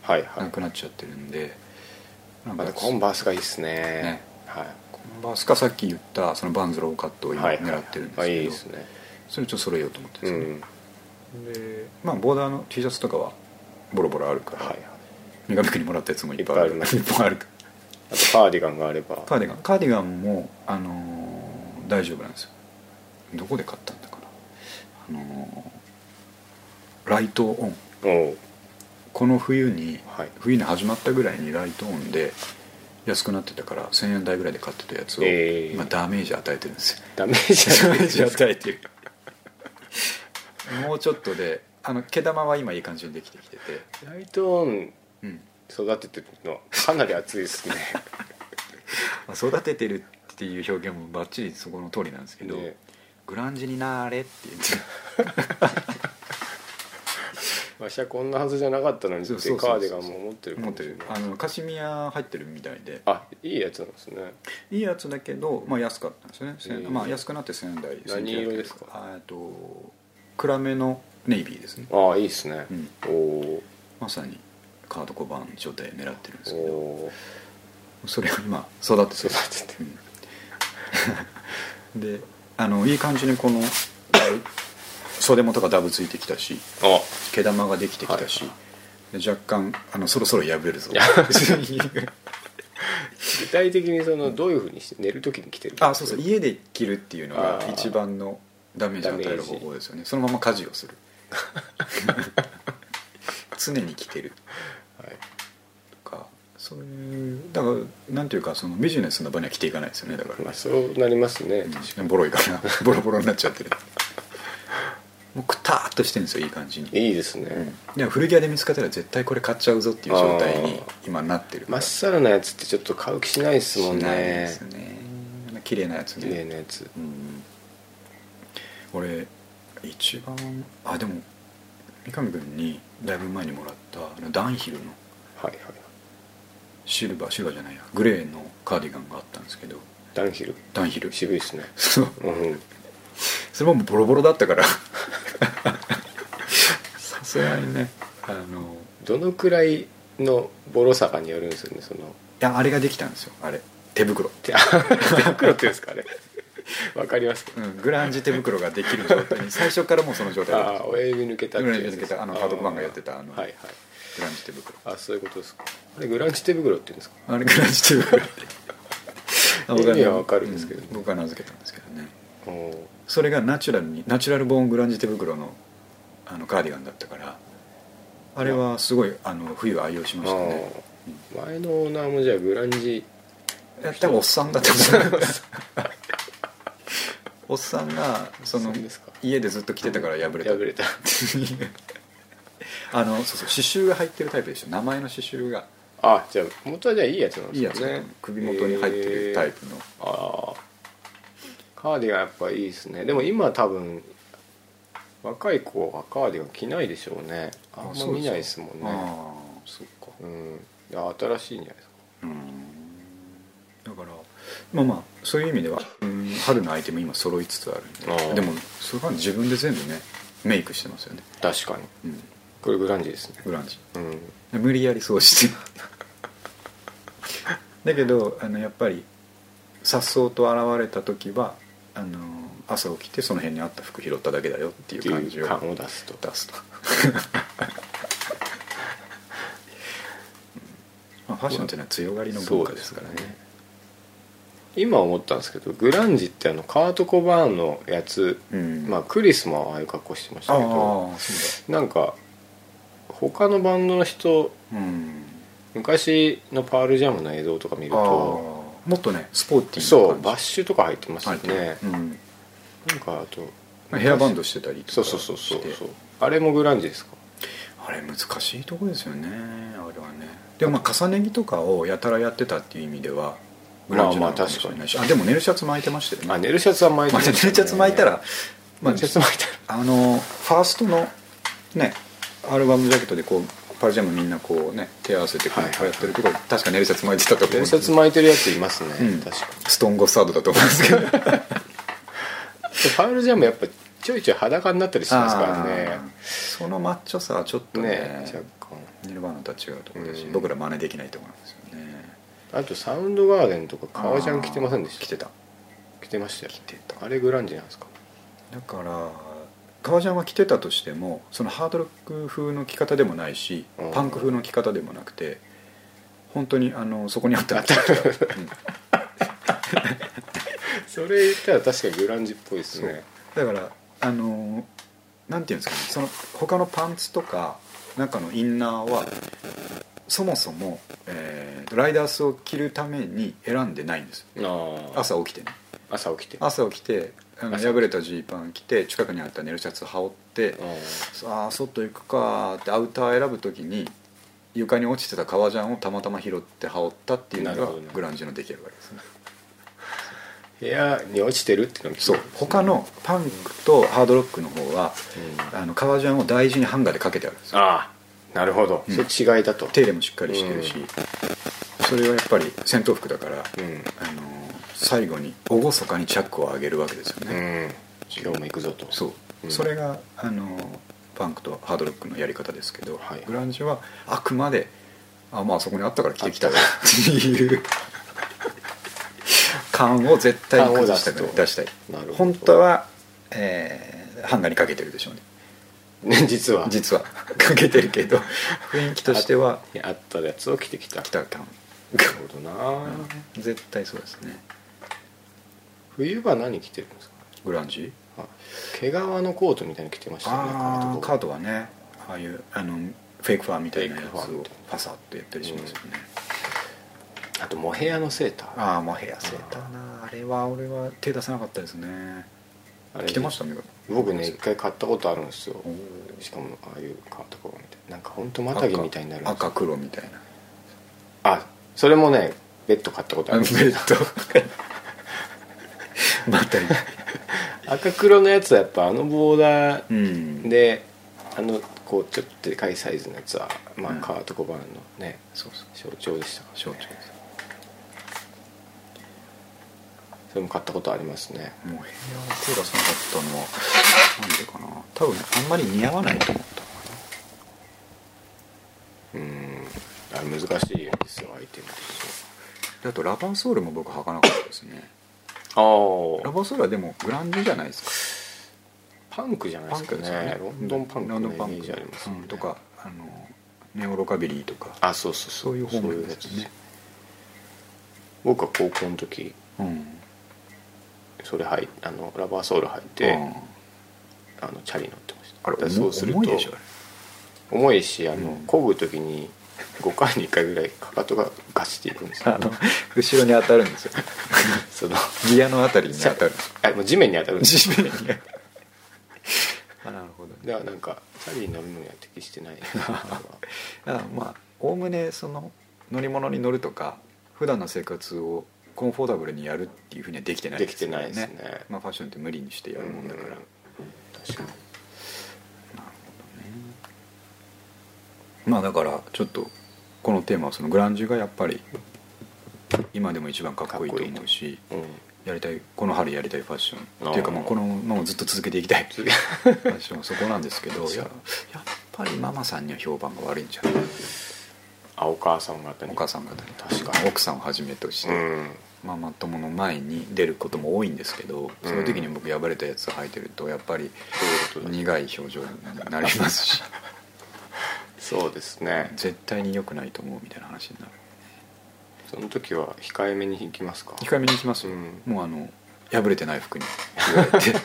[SPEAKER 2] はいは
[SPEAKER 1] ないくなっちゃってるんで、なん
[SPEAKER 2] ま
[SPEAKER 1] か
[SPEAKER 2] たコンバースがいいっすね
[SPEAKER 1] ね
[SPEAKER 2] はい
[SPEAKER 1] コンバースかさっき言ったそのバンズローカットを今
[SPEAKER 2] はい
[SPEAKER 1] 狙ってるんですけど、
[SPEAKER 2] あいいですね
[SPEAKER 1] それちょっと揃えようと思ってる
[SPEAKER 2] うん
[SPEAKER 1] ですよね
[SPEAKER 2] ん
[SPEAKER 1] でまあボーダーの T シャツとかはボロボロあるから、
[SPEAKER 2] はいはい
[SPEAKER 1] 女神くんにもらったやつもいっぱいある
[SPEAKER 2] いっぱいあります
[SPEAKER 1] いっぱいあるから
[SPEAKER 2] あとカーディガンがあれば
[SPEAKER 1] カーディガンカーディガンも、あのー大丈夫なんですよどこで買ったんだかな、あのーライトオン
[SPEAKER 2] おお
[SPEAKER 1] この冬に、
[SPEAKER 2] はい
[SPEAKER 1] 冬に始まったぐらいにライトオンで安くなってたから1000円台ぐらいで買ってたやつを、
[SPEAKER 2] えー
[SPEAKER 1] 今ダメージ与えてるんですよ
[SPEAKER 2] ダメージ
[SPEAKER 1] ダメ
[SPEAKER 2] は
[SPEAKER 1] ージ与えて
[SPEAKER 2] (laughs)
[SPEAKER 1] るもうちょっとであの毛玉は今いい感じにできてきてて
[SPEAKER 2] ライトオン
[SPEAKER 1] うん
[SPEAKER 2] 育ててるのかなり熱いです
[SPEAKER 1] (laughs)
[SPEAKER 2] ね
[SPEAKER 1] まあ、育ててるっていう表現もバッチリそこの通りなんですけど、
[SPEAKER 2] ね
[SPEAKER 1] グランジになーれって言って
[SPEAKER 2] わしはこんなはずじゃなかったのにって
[SPEAKER 1] そ
[SPEAKER 2] カ
[SPEAKER 1] うそうそうそう
[SPEAKER 2] ーディガンも持ってるか
[SPEAKER 1] 持っ
[SPEAKER 2] もしてれな
[SPEAKER 1] る
[SPEAKER 2] い
[SPEAKER 1] あのカシミヤ入ってるみたいで
[SPEAKER 2] あいいやつなんですね
[SPEAKER 1] いいやつだけど、まあ、安かったんですよね、千
[SPEAKER 2] えー
[SPEAKER 1] まあ、安くなって1000円台
[SPEAKER 2] 何色ですか
[SPEAKER 1] 1900円あえっと暗めのネイビーですね、
[SPEAKER 2] ああいいですね、
[SPEAKER 1] うん
[SPEAKER 2] おお
[SPEAKER 1] まさにカード小判状態狙ってるんですけど
[SPEAKER 2] おー
[SPEAKER 1] それを今育ててる
[SPEAKER 2] 育てて
[SPEAKER 1] うん (laughs) であのいい感じにこの袖元がダブついてきたし
[SPEAKER 2] あ
[SPEAKER 1] 毛玉ができてきたし、
[SPEAKER 2] は
[SPEAKER 1] で若干あのそろそろ破れるぞ
[SPEAKER 2] 具体的にそのどういうふうにして寝る時に着てる
[SPEAKER 1] (laughs) あそうそう家で切るっていうのが一番のダメージを与える方法ですよねそのまま家事をす (laughs) る常に着てる
[SPEAKER 2] はい
[SPEAKER 1] とかそういうだからなんていうかそのビジネスの場には着ていかないですよねだから
[SPEAKER 2] まあそうなりますね、
[SPEAKER 1] うんボロいからボロボロになっちゃってるもうくたーっとしてるんですよいい感じに、
[SPEAKER 2] いいですね、
[SPEAKER 1] うんでも古着屋で見つかったら絶対これ買っちゃうぞっていう状態に今なってる
[SPEAKER 2] まっさらなやつってちょっと買う気しないですもん
[SPEAKER 1] しないで
[SPEAKER 2] ね
[SPEAKER 1] すね綺麗なやつ
[SPEAKER 2] 綺
[SPEAKER 1] ね
[SPEAKER 2] 麗なやつ
[SPEAKER 1] うん俺一番あでも三上君にだいぶ前にもらったあのダンヒルの
[SPEAKER 2] はいはい
[SPEAKER 1] シルバーシルバーじゃないやグレーのカーディガンがあったんですけど
[SPEAKER 2] ダンヒル
[SPEAKER 1] ダンヒル
[SPEAKER 2] 渋いですね
[SPEAKER 1] そう
[SPEAKER 2] うん
[SPEAKER 1] それももうボロボロだったからさすがにねあのい
[SPEAKER 2] どのくらいのボロさかによるんですよねその (laughs)
[SPEAKER 1] やあれができたんですよあれ手袋、
[SPEAKER 2] 手手袋っていうんですかあれ (laughs) わかります
[SPEAKER 1] うん、グランジ手袋ができる状態に最初からもうその状態だったんで
[SPEAKER 2] ああ親指抜けたっていうやつで
[SPEAKER 1] 親指抜
[SPEAKER 2] す
[SPEAKER 1] けたあのハードコマンがやってたあの
[SPEAKER 2] はいはい
[SPEAKER 1] すグランジ手袋
[SPEAKER 2] あそういうことですかあれグランチ手袋っていうんですか
[SPEAKER 1] あれグランジ手袋って
[SPEAKER 2] 意味はわかるんですけどね
[SPEAKER 1] うん僕は名付けたんですけどね
[SPEAKER 2] おー
[SPEAKER 1] それがナチュラルにナチュラルボーングランジ手袋のあのカーディガンだったからあれはすごいあの冬愛用しましたね
[SPEAKER 2] あー前のオーナーもじゃあグランジ
[SPEAKER 1] いや多分おっさんだと思うおっさんがそ
[SPEAKER 2] お
[SPEAKER 1] の
[SPEAKER 2] っさんですか
[SPEAKER 1] 家でずっと着てたから破れた
[SPEAKER 2] 破れた
[SPEAKER 1] あのそうそう刺繍が入ってるタイプでしょ名前の刺繍が
[SPEAKER 2] あじゃあ元はじゃあいいやつなんで
[SPEAKER 1] い
[SPEAKER 2] す
[SPEAKER 1] いや
[SPEAKER 2] よね
[SPEAKER 1] つ、ね、首元に入ってるタイプの、
[SPEAKER 2] ああカーディガンやっぱいいですねでも今多分若い子はカーディガン着ないでしょうねあんま見ないですもんね
[SPEAKER 1] ああそっか
[SPEAKER 2] うんいや新しいんじゃないですか
[SPEAKER 1] だからまあまあそういう意味では、うん春のアイテム今揃いつつあ
[SPEAKER 2] あ
[SPEAKER 1] るん
[SPEAKER 2] ー
[SPEAKER 1] ででもそれから自分で全部ねメイクしてますよね、
[SPEAKER 2] 確か
[SPEAKER 1] う
[SPEAKER 2] に
[SPEAKER 1] ん、
[SPEAKER 2] これグランジですね
[SPEAKER 1] グランジ
[SPEAKER 2] うん
[SPEAKER 1] で無理やりそうして (laughs) だけどあのやっぱり颯爽と現れた時はあの朝起きてその辺にあった服拾っただけだよってい
[SPEAKER 2] っ
[SPEAKER 1] う
[SPEAKER 2] て
[SPEAKER 1] 感じ
[SPEAKER 2] いう
[SPEAKER 1] を
[SPEAKER 2] 感を出すと
[SPEAKER 1] 出すと (laughs) まあファッションっていうのは強がりの文
[SPEAKER 2] そう
[SPEAKER 1] 化で
[SPEAKER 2] ですす
[SPEAKER 1] か
[SPEAKER 2] からら
[SPEAKER 1] ね
[SPEAKER 2] ね今思ったんですけどグランジってあのカート・コバーンのやつ、
[SPEAKER 1] うん
[SPEAKER 2] まあ、クリスもああいう格好してましたけど
[SPEAKER 1] ああそ
[SPEAKER 2] なんか他のバンドの人
[SPEAKER 1] うだうん
[SPEAKER 2] 昔のパールジャムの映像とか見る
[SPEAKER 1] あ
[SPEAKER 2] と
[SPEAKER 1] ーもっとねスポーティー
[SPEAKER 2] そう
[SPEAKER 1] な
[SPEAKER 2] バ
[SPEAKER 1] 感
[SPEAKER 2] ッシュとか入ってま
[SPEAKER 1] じ
[SPEAKER 2] すよね
[SPEAKER 1] 入ってるうん
[SPEAKER 2] なんかあと
[SPEAKER 1] まあヘアバンドしてたりとか
[SPEAKER 2] そうそうそうそう
[SPEAKER 1] して
[SPEAKER 2] そうあれもグランジですか
[SPEAKER 1] あれ難しいとこですよねあれはねでもまあ重ね着とかをやたらやってたっていう意味ではグランジなのかもしれないし、あでもネルシャツ巻いてましたよね
[SPEAKER 2] あネルシャツは巻いて
[SPEAKER 1] (laughs) まあネルシャツ巻いたら、
[SPEAKER 2] ネ
[SPEAKER 1] まあ
[SPEAKER 2] ル、シャツ巻いた
[SPEAKER 1] あのファーストのねアルバムジャケットでこうパルジャムみんなこうね手合わせてこ
[SPEAKER 2] はいう
[SPEAKER 1] やってるとこ、確かネルシャツ巻いてたと
[SPEAKER 2] ら
[SPEAKER 1] 思
[SPEAKER 2] ネ
[SPEAKER 1] う
[SPEAKER 2] ルシャツ巻いてるやついますね
[SPEAKER 1] うん
[SPEAKER 2] 確かに
[SPEAKER 1] ストーンゴッサードだと思うんですけど
[SPEAKER 2] でファウルジャムやっぱちょいちょい裸になったりしてますからね
[SPEAKER 1] あーそのマッチョさはちょっとね
[SPEAKER 2] ね若
[SPEAKER 1] ニルバーナとは違うところだし、
[SPEAKER 2] うん
[SPEAKER 1] 僕ら真似できないところなんですよね
[SPEAKER 2] 干あとサウンドガーデンとか革ジャン着てませんでし
[SPEAKER 1] 着
[SPEAKER 2] た
[SPEAKER 1] てた
[SPEAKER 2] 着てましたよ
[SPEAKER 1] 着てた
[SPEAKER 2] あれグランジなんですか
[SPEAKER 1] だから革ジャンは着てたとしてもそのハードロック風の着方でもないし
[SPEAKER 2] うん
[SPEAKER 1] パンク風の着方でもなくて本当にあのそこにあったの着てた、
[SPEAKER 2] (laughs)
[SPEAKER 1] うん
[SPEAKER 2] それ言ったら確かにグランジっぽいです
[SPEAKER 1] そう
[SPEAKER 2] ね
[SPEAKER 1] だからあのーなんていうんですかねその他のパンツとか中のインナーはそもそも、えーライダースを着るために選んでないんです
[SPEAKER 2] ああ
[SPEAKER 1] 朝起きてね
[SPEAKER 2] 朝起きて
[SPEAKER 1] 朝起きてあの
[SPEAKER 2] 朝
[SPEAKER 1] 破れたジーパン着て近くにあったネルシャツ羽織ってああ外行くかーってアウター選ぶ時に床に落ちてた革ジャンをたまたま拾って羽織ったっていうの
[SPEAKER 2] なる
[SPEAKER 1] が
[SPEAKER 2] ほどね
[SPEAKER 1] グランジの出来上がりですね
[SPEAKER 2] 部屋に落ちてるっていうのも
[SPEAKER 1] そう他のパンクとハードロックの方は
[SPEAKER 2] うん
[SPEAKER 1] あの革ジャンを大事にハンガーでかけてあるんですよ
[SPEAKER 2] ああなるほど、
[SPEAKER 1] うん
[SPEAKER 2] それ違いだと
[SPEAKER 1] 手入れもしっかりしてるし、
[SPEAKER 2] う
[SPEAKER 1] それはやっぱり戦闘服だから、
[SPEAKER 2] うん、
[SPEAKER 1] あの最後に厳かにチャックを上げるわけですよ
[SPEAKER 2] う
[SPEAKER 1] ね、
[SPEAKER 2] ん、今日も行くぞと
[SPEAKER 1] そう、
[SPEAKER 2] うん
[SPEAKER 1] それがあのパンクとハードロックのやり方ですけど、
[SPEAKER 2] はい
[SPEAKER 1] グランジはあくまであまあそこにあったから着てきたよっていう感を絶対に崩したくない
[SPEAKER 2] 感を
[SPEAKER 1] 出
[SPEAKER 2] 出
[SPEAKER 1] したい
[SPEAKER 2] なるほど
[SPEAKER 1] 本当は、えー、ハンガーにかけてるでしょうね
[SPEAKER 2] ね実は
[SPEAKER 1] 実はかけてるけど雰囲気としては
[SPEAKER 2] あったやつを着てきた
[SPEAKER 1] 着た感
[SPEAKER 2] なるほどな、
[SPEAKER 1] 絶対そうですね
[SPEAKER 2] 冬場何着てるんですか
[SPEAKER 1] グランジ
[SPEAKER 2] あ毛皮のコートみたいに着てましたよね
[SPEAKER 1] ああカ
[SPEAKER 2] カ
[SPEAKER 1] ー
[SPEAKER 2] ー
[SPEAKER 1] ドはねああいうあのフェイクファーみたいなやつ
[SPEAKER 2] フェイクファー
[SPEAKER 1] を
[SPEAKER 2] みたい
[SPEAKER 1] パサッとやったりしますよね、
[SPEAKER 2] あとモヘアのセーター
[SPEAKER 1] ああモヘアセーターなあれは俺は手出さなかったですね
[SPEAKER 2] あれ
[SPEAKER 1] 着てましたね
[SPEAKER 2] 僕ね一回買ったことあるんですよ
[SPEAKER 1] おー
[SPEAKER 2] しかもああいうカートコートみたいななんかほんとまたぎみたいになるんです
[SPEAKER 1] 赤
[SPEAKER 2] よ
[SPEAKER 1] 赤黒みたいな
[SPEAKER 2] あそれもねベッド買ったことあ
[SPEAKER 1] あ
[SPEAKER 2] る
[SPEAKER 1] の
[SPEAKER 2] ん
[SPEAKER 1] ベ
[SPEAKER 2] ですよ (laughs)
[SPEAKER 1] ッドまたい
[SPEAKER 2] 赤黒のやつはやっぱあのボーダ
[SPEAKER 1] う
[SPEAKER 2] ー
[SPEAKER 1] ん
[SPEAKER 2] で、あのこうちょっとでかいサイズのやつは、まあ
[SPEAKER 1] うん
[SPEAKER 2] カートコバーンのね
[SPEAKER 1] そうそう
[SPEAKER 2] 象徴でしたからね
[SPEAKER 1] 象徴です
[SPEAKER 2] それも買ったことありますね
[SPEAKER 1] もう部屋を手出さなかったのはなんでかな多分あんまり似合わないと思ったのかな
[SPEAKER 2] うんあれ難しいですよアイテムとして
[SPEAKER 1] であとラバーソールも僕履かなかったですね
[SPEAKER 2] ああ
[SPEAKER 1] ラバーソールはでもグランジじゃないですか
[SPEAKER 2] パンクじゃないですかねロンドンパンク
[SPEAKER 1] ロンド
[SPEAKER 2] の
[SPEAKER 1] ン
[SPEAKER 2] イメ
[SPEAKER 1] パンク
[SPEAKER 2] ージありますよね
[SPEAKER 1] うんとかあのネオロカビリーとか
[SPEAKER 2] あそうそうそ
[SPEAKER 1] そうういう方面です
[SPEAKER 2] そういうや
[SPEAKER 1] ね
[SPEAKER 2] つ僕は高校の時
[SPEAKER 1] うん
[SPEAKER 2] それはいあのラバーソール履いて、
[SPEAKER 1] うん
[SPEAKER 2] あのチャリ乗ってました
[SPEAKER 1] あれ
[SPEAKER 2] だから
[SPEAKER 1] 重重いでしょあれ
[SPEAKER 2] 重いしあの、
[SPEAKER 1] うん
[SPEAKER 2] 漕ぐ時に5回に1回ぐらいかかとがガシっていくんですよ
[SPEAKER 1] あの後ろに当たるん
[SPEAKER 2] (laughs)
[SPEAKER 1] ですよ
[SPEAKER 2] その
[SPEAKER 1] ギアのあたりに当たる
[SPEAKER 2] あもう地面に当たるんです
[SPEAKER 1] 地面に当たる (laughs) あなるほどね
[SPEAKER 2] だからなんかチャリに乗るのには適し
[SPEAKER 1] (laughs)
[SPEAKER 2] てない
[SPEAKER 1] あまあおおむねその乗り物に乗るとか普段の生活をコンフォータブルにやるっていうふうにはできてない
[SPEAKER 2] できてないですね
[SPEAKER 1] まあ、ファッションって無理にしてやるもんだから、
[SPEAKER 2] うん確かに
[SPEAKER 1] まあだからちょっとこのテーマはそのグランジがやっぱり今でも一番かっこいいと思うし
[SPEAKER 2] うん
[SPEAKER 1] やりたいこの春やりたいファッショ
[SPEAKER 2] あ
[SPEAKER 1] ン
[SPEAKER 2] ー
[SPEAKER 1] っていうかもうこのままずっと続けていきたい
[SPEAKER 2] 次
[SPEAKER 1] ファッション (laughs) はそこなんですけど
[SPEAKER 2] そう
[SPEAKER 1] ややっぱりママさんには評判が悪いんじゃない
[SPEAKER 2] あお母さん方に
[SPEAKER 1] お母さん方に
[SPEAKER 2] 確かに
[SPEAKER 1] 奥さんをはじめとして、
[SPEAKER 2] うん
[SPEAKER 1] ママ友の前に出ることも多いんですけどそういう時に僕破れたやつを履いてるとやっぱり
[SPEAKER 2] そういうことだ
[SPEAKER 1] 苦い表情になります (laughs) し
[SPEAKER 2] そうですね
[SPEAKER 1] 絶対に良くないと思うみたいな話になる
[SPEAKER 2] その時は控えめに引きますか
[SPEAKER 1] 控えめに行きますよ、
[SPEAKER 2] うん
[SPEAKER 1] もうあの破れてない服に言
[SPEAKER 2] (laughs)
[SPEAKER 1] われてうん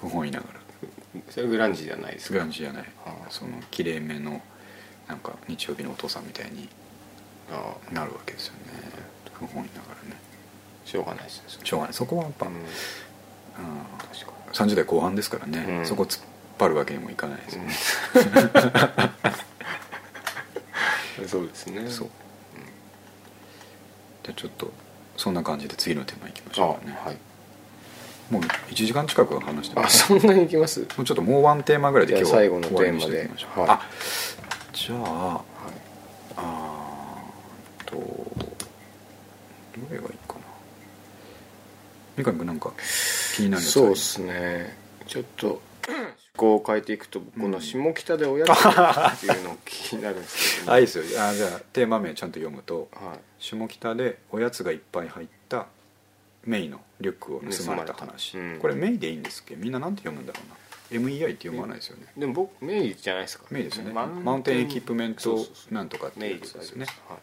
[SPEAKER 1] 不本意ながら
[SPEAKER 2] それグランジじゃないです
[SPEAKER 1] グラ
[SPEAKER 2] か
[SPEAKER 1] ンジじゃない
[SPEAKER 2] ああ
[SPEAKER 1] そのきれいめのなんか日曜日のお父さんみたいに
[SPEAKER 2] ああ
[SPEAKER 1] なるわけですよね不本意ながらね
[SPEAKER 2] しょうがないですねそれ
[SPEAKER 1] しょうがないそこはやっぱ、
[SPEAKER 2] う
[SPEAKER 1] うん
[SPEAKER 2] ん確か
[SPEAKER 1] 30代後半ですからね、
[SPEAKER 2] うん
[SPEAKER 1] そこ突っ張るわけにもいかないですよね、
[SPEAKER 2] に (laughs) そうですね
[SPEAKER 1] そう、じゃあちょっとそんな感じで次のテーマいきまし
[SPEAKER 2] あ
[SPEAKER 1] ょうかね、
[SPEAKER 2] はい
[SPEAKER 1] もう1時間近くは話してま
[SPEAKER 2] あ
[SPEAKER 1] す
[SPEAKER 2] そんなに行きます
[SPEAKER 1] もうちょっともうワンテーマぐらいで今日
[SPEAKER 2] じゃあ
[SPEAKER 1] は
[SPEAKER 2] 最後のテーマで
[SPEAKER 1] 終わりにしていきましょう
[SPEAKER 2] はい
[SPEAKER 1] あじゃあ
[SPEAKER 2] はい
[SPEAKER 1] あーっとどれがいいかな三上君なんか気になるやつあ
[SPEAKER 2] そう
[SPEAKER 1] りま
[SPEAKER 2] で
[SPEAKER 1] す
[SPEAKER 2] ねちょっと趣向を変えていくとこの下北でおやつっていうの気になるんで
[SPEAKER 1] (laughs)
[SPEAKER 2] すけど、
[SPEAKER 1] あいいですよあじゃあテーマ名ちゃんと読むと
[SPEAKER 2] はい
[SPEAKER 1] 下北でおやつがいっぱい入ったメイのリュックを盗まれた話、
[SPEAKER 2] 盗まれたうん
[SPEAKER 1] これメイでいいんですっけどみんななんて読むんだろうな MEI って読まないですよね
[SPEAKER 2] でも僕メイじゃないですか
[SPEAKER 1] メイですよね
[SPEAKER 2] マ
[SPEAKER 1] マ
[SPEAKER 2] ウンテン
[SPEAKER 1] ウンテンエキップメン
[SPEAKER 2] そう
[SPEAKER 1] ト
[SPEAKER 2] そうそう
[SPEAKER 1] なんとかって
[SPEAKER 2] メ
[SPEAKER 1] い
[SPEAKER 2] イ
[SPEAKER 1] うやつ
[SPEAKER 2] で
[SPEAKER 1] ですす
[SPEAKER 2] よ
[SPEAKER 1] よね
[SPEAKER 2] ね、はい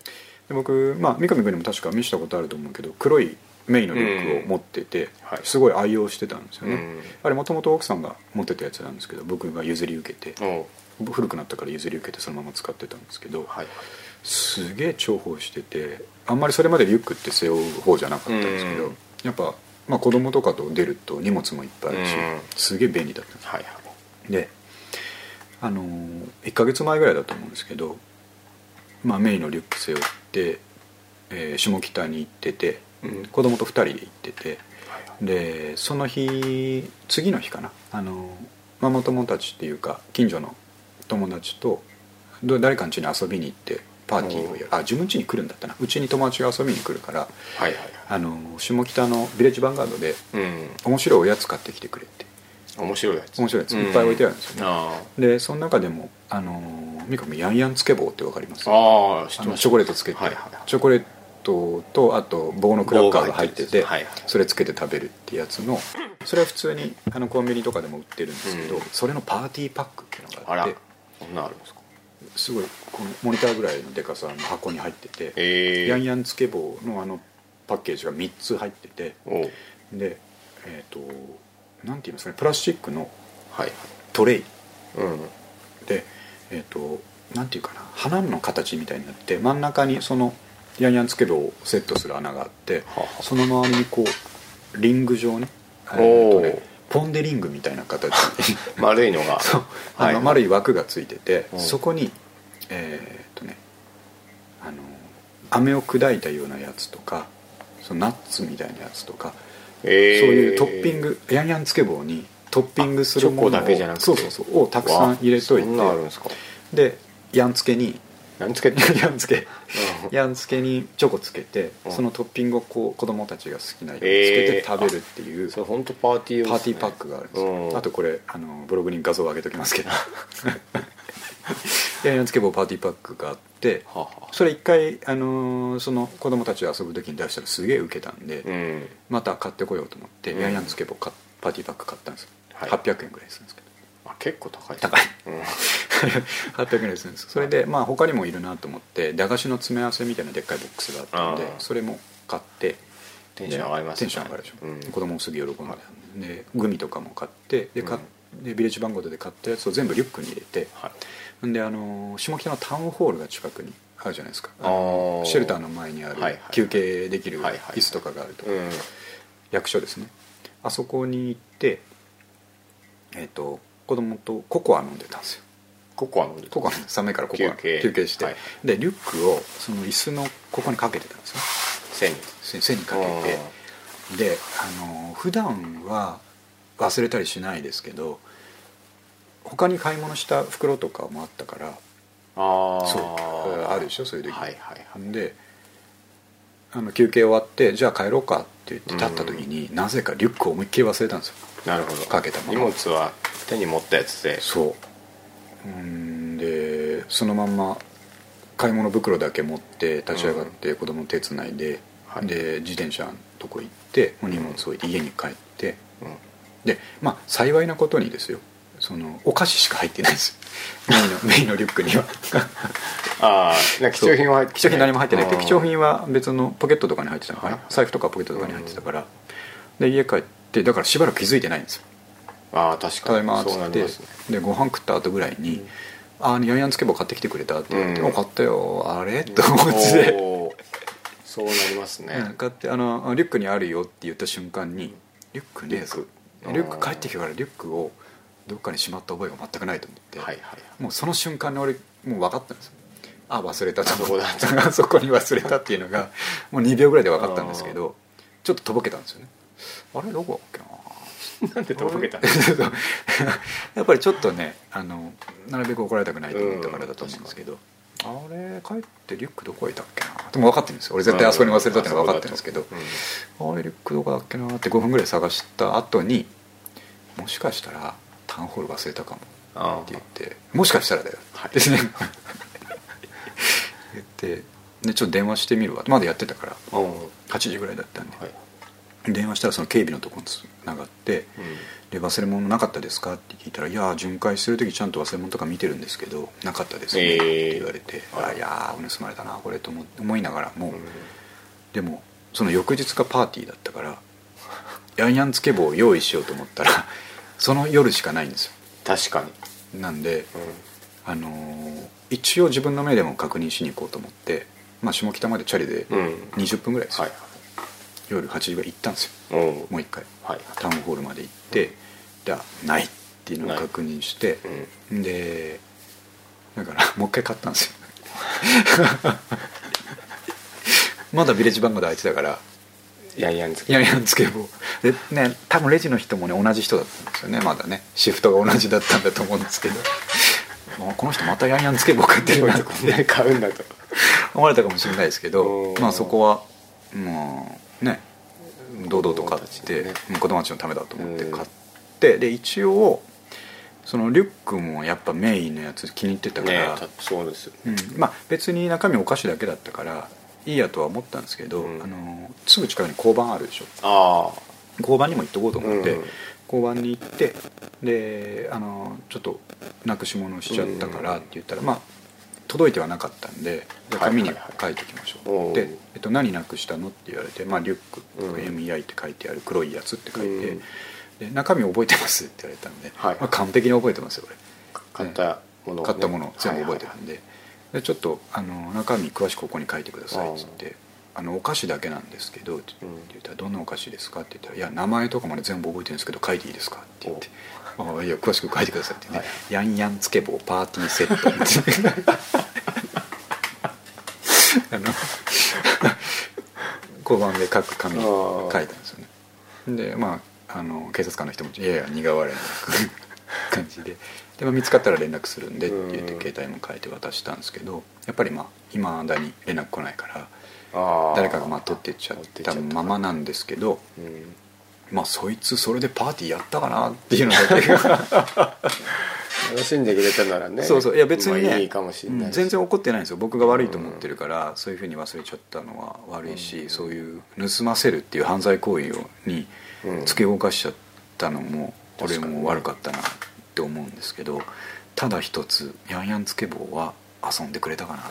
[SPEAKER 1] で僕、まあ、三上君にも確か見せたことあると思うけど黒いメイのリュックを持ってて、
[SPEAKER 2] はい
[SPEAKER 1] すごい愛用してたんですよね、
[SPEAKER 2] うん
[SPEAKER 1] あれもともと奥さんが持ってたやつなんですけど僕が譲り受けて
[SPEAKER 2] おう
[SPEAKER 1] 古くなったから譲り受けてそのまま使ってたんですけど、
[SPEAKER 2] はい
[SPEAKER 1] すげえ重宝しててあんまりそれまでリュックって背負う方じゃなかったんですけど、
[SPEAKER 2] うん
[SPEAKER 1] やっぱ、まあ、子供とかと出ると荷物もいっぱいあるし、
[SPEAKER 2] うん
[SPEAKER 1] すげえ便利だったんです
[SPEAKER 2] はいはい
[SPEAKER 1] であのー、1ヶ月前ぐらいだと思うんですけど、まあ、メイのリュック背負って、えー下北に行ってて、
[SPEAKER 2] うん
[SPEAKER 1] 子供と2人で行ってて
[SPEAKER 2] はいはい
[SPEAKER 1] でその日次の日かなあのーママ友達っていうか近所の友達とど誰かの家に遊びに行ってパーティーをやるあ自分家に来るんだったなうちに友達が遊びに来るから
[SPEAKER 2] はいはいはい
[SPEAKER 1] あのー下北のビレッジヴァンガードで
[SPEAKER 2] うん
[SPEAKER 1] 面白いおやつ買ってきてくれって
[SPEAKER 2] あ面白いやつ
[SPEAKER 1] 面白いやついっぱい置いてあるんですよね、
[SPEAKER 2] あ
[SPEAKER 1] でその中でもあのーミカもヤンヤンつけ棒ってわかります
[SPEAKER 2] あああ知っ
[SPEAKER 1] あ
[SPEAKER 2] て
[SPEAKER 1] の
[SPEAKER 2] ま
[SPEAKER 1] チ
[SPEAKER 2] す
[SPEAKER 1] ョコレートつけて、
[SPEAKER 2] はいはいはい
[SPEAKER 1] チョコレートとあと棒のクラッカーが入ってて
[SPEAKER 2] 棒が入ってるやつはいはい
[SPEAKER 1] それつけて食べるってやつのそれは普通にあのコンビニとかでも売ってるんですけど、
[SPEAKER 2] うん
[SPEAKER 1] それのパーティーパックっていうの
[SPEAKER 2] あ
[SPEAKER 1] があ
[SPEAKER 2] ら
[SPEAKER 1] って
[SPEAKER 2] そんなんあるんですか
[SPEAKER 1] すごいこのモニターぐらいのでかさの箱に入ってて、
[SPEAKER 2] ええ
[SPEAKER 1] ヤンヤンつけ棒のあのパッケージが3つ入ってて
[SPEAKER 2] おう
[SPEAKER 1] でえっ、となんて言いますかねプラスチックの
[SPEAKER 2] はい
[SPEAKER 1] トレイ
[SPEAKER 2] うん
[SPEAKER 1] でえっ、となんていうかな花の形みたいになって真ん中にそのヤンヤンつけ棒をセットする穴があって
[SPEAKER 2] はは
[SPEAKER 1] その周りにこうリング状ね
[SPEAKER 2] お
[SPEAKER 1] え
[SPEAKER 2] ー
[SPEAKER 1] ーとねポン・デ・リングみたいな形
[SPEAKER 2] (laughs) 丸いのが
[SPEAKER 1] そうあ
[SPEAKER 2] はい
[SPEAKER 1] の丸い枠がついてて、
[SPEAKER 2] うん
[SPEAKER 1] そこにえっ、とねあの飴を砕いたようなやつとかそのナッツみたいなやつとか、
[SPEAKER 2] そ
[SPEAKER 1] そう
[SPEAKER 2] う
[SPEAKER 1] いうトッピングヤンヤンつけ棒にトッピングするものを
[SPEAKER 2] あチョコだけじゃなくて
[SPEAKER 1] そうそうそうをたくさん入れといて
[SPEAKER 2] そんなんあるんですか
[SPEAKER 1] でやんつけに (laughs)
[SPEAKER 2] 何つけて
[SPEAKER 1] やんつけ (laughs)
[SPEAKER 2] うん
[SPEAKER 1] やんつけにチョコつけて
[SPEAKER 2] うん
[SPEAKER 1] そのトッピングをこう子供たちが好きなようにつけ
[SPEAKER 2] えー
[SPEAKER 1] て食べるっていう、
[SPEAKER 2] それ本当パーティー用
[SPEAKER 1] パー
[SPEAKER 2] です
[SPEAKER 1] テ
[SPEAKER 2] ね
[SPEAKER 1] ィーパックがあるんですよ、
[SPEAKER 2] うん
[SPEAKER 1] あとこれあのブログに画像を上げときますけ
[SPEAKER 2] (laughs)
[SPEAKER 1] どやんつけ棒パーティーパックがあって
[SPEAKER 2] はは
[SPEAKER 1] それ一回、あのーその子供たちが遊ぶ時に出したらすげえウケたんで、
[SPEAKER 2] うん
[SPEAKER 1] また買ってこようと思って、
[SPEAKER 2] うん
[SPEAKER 1] やんやんつけ棒かパーティーパック買ったんですよ、
[SPEAKER 2] はい
[SPEAKER 1] 800円ぐらいするんですけど
[SPEAKER 2] あ結構高いですね
[SPEAKER 1] 高い (laughs)
[SPEAKER 2] うん
[SPEAKER 1] 800円でするんですそれでまあ他にもいるなと思って駄菓子の詰め合わせみたいなでっかいボックスがあったので
[SPEAKER 2] あー
[SPEAKER 1] それも買って
[SPEAKER 2] テンション上がります
[SPEAKER 1] テ
[SPEAKER 2] ね
[SPEAKER 1] ンション上がるでしょ、
[SPEAKER 2] うん
[SPEAKER 1] 子供もすぐ喜んで,、
[SPEAKER 2] は
[SPEAKER 1] でグミとかも買ってで買っでビレッジバンゴで買ったやつを全部リュックに入れて
[SPEAKER 2] はい
[SPEAKER 1] んであのー下北のタウンホールが近くにあるじゃないですか
[SPEAKER 2] あー
[SPEAKER 1] シェルターの前にある
[SPEAKER 2] はいはい
[SPEAKER 1] 休憩できる
[SPEAKER 2] はいはい
[SPEAKER 1] 椅子とかがあると
[SPEAKER 2] うん
[SPEAKER 1] 役所ですねあそこに行ってえっ、と子供とココア飲んでたんですよ
[SPEAKER 2] ココア飲んでる
[SPEAKER 1] ここね寒いからここは
[SPEAKER 2] 休憩
[SPEAKER 1] 休憩して、
[SPEAKER 2] はい
[SPEAKER 1] でリュックをその椅子のここにかけてたんですよ
[SPEAKER 2] 千人
[SPEAKER 1] 背背にかけてであの普段は忘れたりしないですけど他に買い物した袋とかもあったから
[SPEAKER 2] ああ
[SPEAKER 1] そうあるでしょそういう時
[SPEAKER 2] はいはいはい
[SPEAKER 1] であの休憩終わってじゃあ帰ろうかって言って
[SPEAKER 2] うん
[SPEAKER 1] 立った時になぜかリュックを思いっきり忘れたんですよ
[SPEAKER 2] なるほど
[SPEAKER 1] かけたまま
[SPEAKER 2] 荷物は手に持ったやつで
[SPEAKER 1] そううんでそのまんま買い物袋だけ持って立ち上がって子供手つないで、
[SPEAKER 2] はい
[SPEAKER 1] で自転車のとこ行ってもう荷物置いて家に帰って
[SPEAKER 2] うん
[SPEAKER 1] でまあ幸いなことにですよそのお菓子しか入ってないん (laughs) ですよメインのメインのリュックには
[SPEAKER 2] ああなんか貴重品は入って
[SPEAKER 1] 貴重品何も入ってないで
[SPEAKER 2] あー
[SPEAKER 1] 貴重品は別のポケットとかに入ってたのかな、
[SPEAKER 2] はい
[SPEAKER 1] 財布とかポケットとかに入ってたから、で家帰ってだからしばらく気づいてないんですよ
[SPEAKER 2] ああ確
[SPEAKER 1] ただ
[SPEAKER 2] か
[SPEAKER 1] いま」っ
[SPEAKER 2] に
[SPEAKER 1] つ
[SPEAKER 2] そうな
[SPEAKER 1] っ
[SPEAKER 2] り
[SPEAKER 1] て、
[SPEAKER 2] ますね
[SPEAKER 1] でご飯食った後ぐらいに「ああヤンヤンつけ棒買ってきてくれた」って言われて「
[SPEAKER 2] うん
[SPEAKER 1] お買ったよあれ?」と思って、
[SPEAKER 2] おーそうなりますね
[SPEAKER 1] うん買ってあの「リュックにあるよ」って言った瞬間に「リュックねえぞ」
[SPEAKER 2] リュック
[SPEAKER 1] リュック帰ってきてからリュックをどっかにしまった覚えが全くないと思って、
[SPEAKER 2] はいはい
[SPEAKER 1] もうその瞬間に俺もう分かったんですよあ忘れたと思って
[SPEAKER 2] あそ
[SPEAKER 1] あ (laughs) そこに忘れたっていうのがもう2秒ぐらいで分かったんですけどちょっととぼけたんですよねあれどこだっけな
[SPEAKER 2] なんでとぼ
[SPEAKER 1] (laughs)
[SPEAKER 2] けたの
[SPEAKER 1] やっぱりちょっとねあのなるべく怒られたくないと思ったからだと思うんですけど、あれ帰ってリュックどこ置いたっけなでも分かってるんですよ俺絶対あそこに忘れたってのは分かってるんですけど、あれリュックどこだっけなって5分ぐらい探した後にもしかしたらタウンホール忘れたかも
[SPEAKER 2] あ
[SPEAKER 1] って言って「もしかしたらだよ」 (laughs)
[SPEAKER 2] はい
[SPEAKER 1] ですね言ってでちょっと電話してみるわまだやってたから
[SPEAKER 2] あうん
[SPEAKER 1] 8時ぐらいだったんで、
[SPEAKER 2] はい
[SPEAKER 1] 電話したらその警備のとこにつながって「で忘れ物なかったですか?」って聞いたら「いや巡回する時ちゃんと忘れ物とか見てるんですけどなかったですね」
[SPEAKER 2] え
[SPEAKER 1] っ
[SPEAKER 2] ー
[SPEAKER 1] て言われて「
[SPEAKER 2] あら
[SPEAKER 1] あいやー盗まれたなこれ」と思思いながらも、
[SPEAKER 2] うん
[SPEAKER 1] でもその翌日がパーティーだったからヤンヤンつけ棒を用意しようと思ったら (laughs) その夜しかないんですよ
[SPEAKER 2] 確かに
[SPEAKER 1] なんで、
[SPEAKER 2] う
[SPEAKER 1] あのー一応自分の目でも確認しに行こうと思って、まあ、下北までチャリで
[SPEAKER 2] んうん
[SPEAKER 1] 20分ぐらいですよ、
[SPEAKER 2] はい
[SPEAKER 1] 夜8時ぐらい行ったんですよ
[SPEAKER 2] おお
[SPEAKER 1] もう一回
[SPEAKER 2] はい
[SPEAKER 1] タウンホールまで行ってじゃあないっていうのを確認して
[SPEAKER 2] うん
[SPEAKER 1] でだから (laughs) もう一回買ったんですよまだビレッジ番号で空いてたから
[SPEAKER 2] ヤンヤンつ
[SPEAKER 1] い
[SPEAKER 2] け
[SPEAKER 1] やいやつけ棒でね多分レジの人もね同じ人だったんですよねまだねシフトが同じだったんだと思うん
[SPEAKER 2] (laughs)
[SPEAKER 1] ですけどもうこの人またヤンヤンつけ棒買ってるなって
[SPEAKER 2] ね買うんだと
[SPEAKER 1] 思われたかもしれないですけど
[SPEAKER 2] おー
[SPEAKER 1] まあそこはもうね堂々と買っ
[SPEAKER 2] 子供たち
[SPEAKER 1] て
[SPEAKER 2] のね
[SPEAKER 1] うん子供たちのためだと思って買っってで一応そのリュックもやっぱメインのやつ気に入ってたか
[SPEAKER 2] ね
[SPEAKER 1] ら、
[SPEAKER 2] たそうです
[SPEAKER 1] うん、まあ別に中身お菓子だけだったからいいやとは思ったんですけど、
[SPEAKER 2] うん
[SPEAKER 1] あのすぐ近くに交番あるでしょ
[SPEAKER 2] ああ
[SPEAKER 1] 交番にも行っとこうと思って、
[SPEAKER 2] うん
[SPEAKER 1] 交番に行ってであのちょっとなくし物をしちゃったからって言ったら、まあ届いてはなかったんでじゃあ紙に書いておきましょう、
[SPEAKER 2] はいはいはいお
[SPEAKER 1] で
[SPEAKER 2] う、
[SPEAKER 1] えっと「何なくしたの?」って言われて「まあ、リュック」
[SPEAKER 2] うん
[SPEAKER 1] MEI」って書いてある黒いやつって書いて、
[SPEAKER 2] うん
[SPEAKER 1] で中身覚えてますって言われたんで、
[SPEAKER 2] はい
[SPEAKER 1] まあ、完璧に覚えてますよ俺
[SPEAKER 2] 買ったものをね
[SPEAKER 1] 買ったものを全部覚えてる
[SPEAKER 2] はいはい
[SPEAKER 1] んで,、でちょっとあの中身詳しくここに書いてくださいっつって「あのお菓子だけなんですけど」って
[SPEAKER 2] うん
[SPEAKER 1] 言ったら「どんなお菓子ですか?」って言ったら「いや名前とかまで全部覚えてるんですけど書いていいですか?」って言って「ああいや詳しく書いてください」ってね「
[SPEAKER 2] はい
[SPEAKER 1] やんやんつけ棒パーティーセット」って (laughs) あの5番で書く紙に書いたんですよねでまああの警察官の人も「いやいや苦笑いなく感じでで、まあ見つかったら連絡するんでって言って
[SPEAKER 2] うん
[SPEAKER 1] 携帯も変えて渡したんですけどやっぱりまあ今だに連絡来ないから
[SPEAKER 2] ああ
[SPEAKER 1] 誰かがまあ取ってっちゃっ
[SPEAKER 2] 取ってっちゃ
[SPEAKER 1] た
[SPEAKER 2] った
[SPEAKER 1] ままなんですけど
[SPEAKER 2] うん
[SPEAKER 1] まあそいつそれでパーティーやったかなっていうのだけが
[SPEAKER 2] 楽しんでくれたならね
[SPEAKER 1] そうそういや別に
[SPEAKER 2] まあ
[SPEAKER 1] ね
[SPEAKER 2] いいかもしれない
[SPEAKER 1] うん
[SPEAKER 2] し
[SPEAKER 1] 全然怒ってないんですよ僕が悪いと思ってるからそういうふうに忘れちゃったのは悪いし、
[SPEAKER 2] うん
[SPEAKER 1] そういう盗ませるっていう犯罪行為をに
[SPEAKER 2] うん
[SPEAKER 1] 突き動かしちゃったのも
[SPEAKER 2] 確か
[SPEAKER 1] 俺
[SPEAKER 2] に
[SPEAKER 1] も悪かったなって思うんですけどただ一つヤンヤンつけ棒は遊んでくれたかなと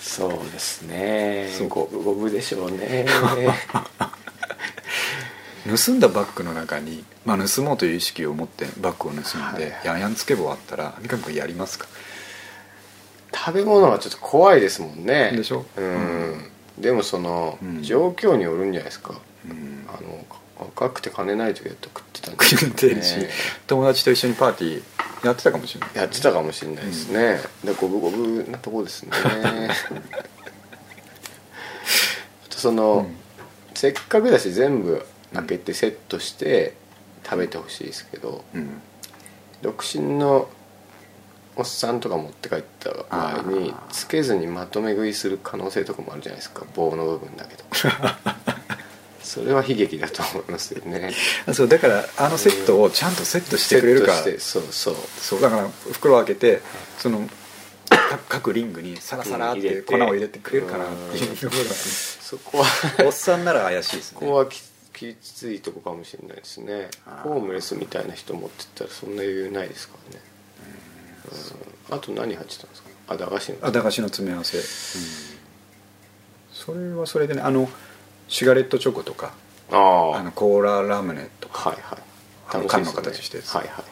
[SPEAKER 2] そうですね
[SPEAKER 1] そう
[SPEAKER 2] 五分五分でしょうね
[SPEAKER 1] 盗んだバッグの中に、まあ、盗もうという意識を持ってバッグを盗んで、
[SPEAKER 2] はいはい
[SPEAKER 1] ヤンヤンつけ棒あったら三上君やりますか
[SPEAKER 2] 食べ物はちょっと怖いですもんね
[SPEAKER 1] でしょ
[SPEAKER 2] うんでもその
[SPEAKER 1] うん
[SPEAKER 2] 状況によるんじゃないですか
[SPEAKER 1] うん (laughs)
[SPEAKER 2] あの若くて金ない時だと食ってたんで
[SPEAKER 1] 食
[SPEAKER 2] す
[SPEAKER 1] っ
[SPEAKER 2] よ
[SPEAKER 1] てるし、
[SPEAKER 2] ね
[SPEAKER 1] 友達と一緒にパーティーやってたかもしれない
[SPEAKER 2] やってたかもしれないですね、で五分五分なと
[SPEAKER 1] (laughs)
[SPEAKER 2] こですねあとその、
[SPEAKER 1] うん
[SPEAKER 2] せっかくだし全部開けてセットして食べてほしいですけど
[SPEAKER 1] うん
[SPEAKER 2] 独身のおっさんとか持って帰った場合に
[SPEAKER 1] あー
[SPEAKER 2] つけずにまとめ食いする可能性とかもあるじゃないですか棒の部分だけとか
[SPEAKER 1] (laughs)
[SPEAKER 2] それは悲劇だと思いますよね
[SPEAKER 1] そうだからあのセットをちゃんとセットしてくれるか
[SPEAKER 2] セットしてそうそう
[SPEAKER 1] そうだから袋を開けてその各各リングにサラサラっ
[SPEAKER 2] うん入
[SPEAKER 1] て
[SPEAKER 2] れて
[SPEAKER 1] 粉を入れてくれるかなっていうところがね
[SPEAKER 2] そこは
[SPEAKER 1] おっさんなら怪しいですね
[SPEAKER 2] ここはききついとこかもしれないですね
[SPEAKER 1] あー
[SPEAKER 2] ホームレスみたいな人持ってったらそんな余裕ないですからねうんあと何入ってたんですかあ駄菓子の
[SPEAKER 1] あ駄菓子の詰め合わせ、それはそれでねあのシガレットチョコとかあ
[SPEAKER 2] あ
[SPEAKER 1] のコーララムネとか
[SPEAKER 2] はいはい
[SPEAKER 1] あの
[SPEAKER 2] 楽
[SPEAKER 1] 缶
[SPEAKER 2] しいですね
[SPEAKER 1] の形してるやつ
[SPEAKER 2] はいはいはい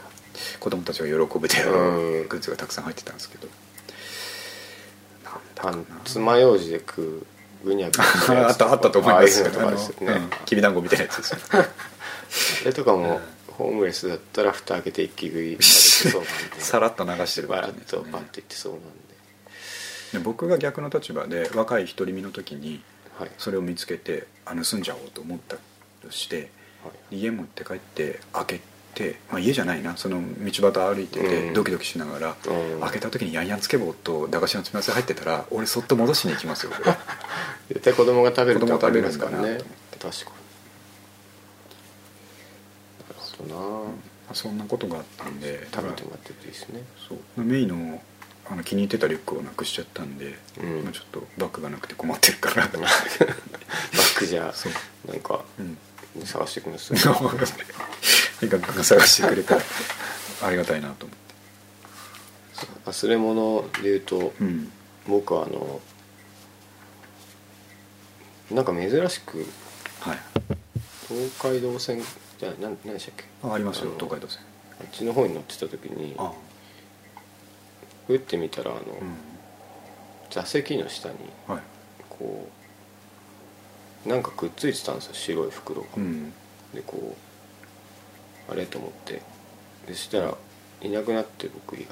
[SPEAKER 1] 子供たちが喜ぶであろ
[SPEAKER 2] う
[SPEAKER 1] うんグッズがたくさん入ってたんですけど (laughs) なんだ
[SPEAKER 2] あ
[SPEAKER 1] か
[SPEAKER 2] の
[SPEAKER 1] な
[SPEAKER 2] 爪楊枝で食うぐにゃぐにゃした
[SPEAKER 1] あ
[SPEAKER 2] や
[SPEAKER 1] あ
[SPEAKER 2] つ
[SPEAKER 1] ったあったと思いますよ
[SPEAKER 2] ああうのとかですよ
[SPEAKER 1] あの
[SPEAKER 2] ね
[SPEAKER 1] うんきびだんごみたいなやつですよ
[SPEAKER 2] あれとかもホームレスだったら蓋開けて一気食いさ (laughs) れてそうな
[SPEAKER 1] (laughs)
[SPEAKER 2] んで
[SPEAKER 1] さらっと流してる
[SPEAKER 2] バ
[SPEAKER 1] 感
[SPEAKER 2] ラ
[SPEAKER 1] じ
[SPEAKER 2] ッ
[SPEAKER 1] です
[SPEAKER 2] と
[SPEAKER 1] ね
[SPEAKER 2] パッといってそうなんで
[SPEAKER 1] で僕が逆の立場で若い独り身の時に
[SPEAKER 2] はい
[SPEAKER 1] それを見つけてあ盗んじゃおうと思ったとして家持って帰って開けて、まあ、家じゃないなその道端歩いて
[SPEAKER 2] う
[SPEAKER 1] て
[SPEAKER 2] ん
[SPEAKER 1] ドキドキしながら、
[SPEAKER 2] うん
[SPEAKER 1] 開けた時にヤンヤンつけ棒と駄菓子の詰め合わせ入ってたら俺そっと戻しに行きます
[SPEAKER 2] (laughs)
[SPEAKER 1] よこれ
[SPEAKER 2] 絶対子供が食べると
[SPEAKER 1] 子供
[SPEAKER 2] 食
[SPEAKER 1] 食べ
[SPEAKER 2] べ
[SPEAKER 1] る
[SPEAKER 2] ま
[SPEAKER 1] ん
[SPEAKER 2] す
[SPEAKER 1] だ
[SPEAKER 2] か
[SPEAKER 1] な
[SPEAKER 2] ら
[SPEAKER 1] と思っ
[SPEAKER 2] ね
[SPEAKER 1] て
[SPEAKER 2] 確かになるほどな
[SPEAKER 1] そんなことがあったんで
[SPEAKER 2] 食べてもらってるといいですね (laughs)
[SPEAKER 1] そうメイのあの気に入ってたリュックをなくしちゃったんで、
[SPEAKER 2] うん
[SPEAKER 1] 今ちょっとバッグがなくて困ってるから
[SPEAKER 2] (laughs) バッグじゃ
[SPEAKER 1] そう
[SPEAKER 2] なんか
[SPEAKER 1] うん
[SPEAKER 2] 探してく
[SPEAKER 1] (laughs)
[SPEAKER 2] るんです
[SPEAKER 1] 三
[SPEAKER 2] よ (laughs)
[SPEAKER 1] 上君が探してくれたらありがたいなと思って
[SPEAKER 2] 忘れ物で言うと
[SPEAKER 1] うん
[SPEAKER 2] 僕はあのなんか珍しく
[SPEAKER 1] はい
[SPEAKER 2] 東海道線じゃあ何でしたっけ
[SPEAKER 1] あありますよ
[SPEAKER 2] あの
[SPEAKER 1] 東海道線
[SPEAKER 2] あっちの方に乗ってた時に
[SPEAKER 1] あ
[SPEAKER 2] 打ってみたらあの、
[SPEAKER 1] うん
[SPEAKER 2] 座席の下に
[SPEAKER 1] はい
[SPEAKER 2] こうなんかくっついてたんですよ白い袋が、
[SPEAKER 1] うん
[SPEAKER 2] でこうあれと思ってでそしたらいなくなって僕以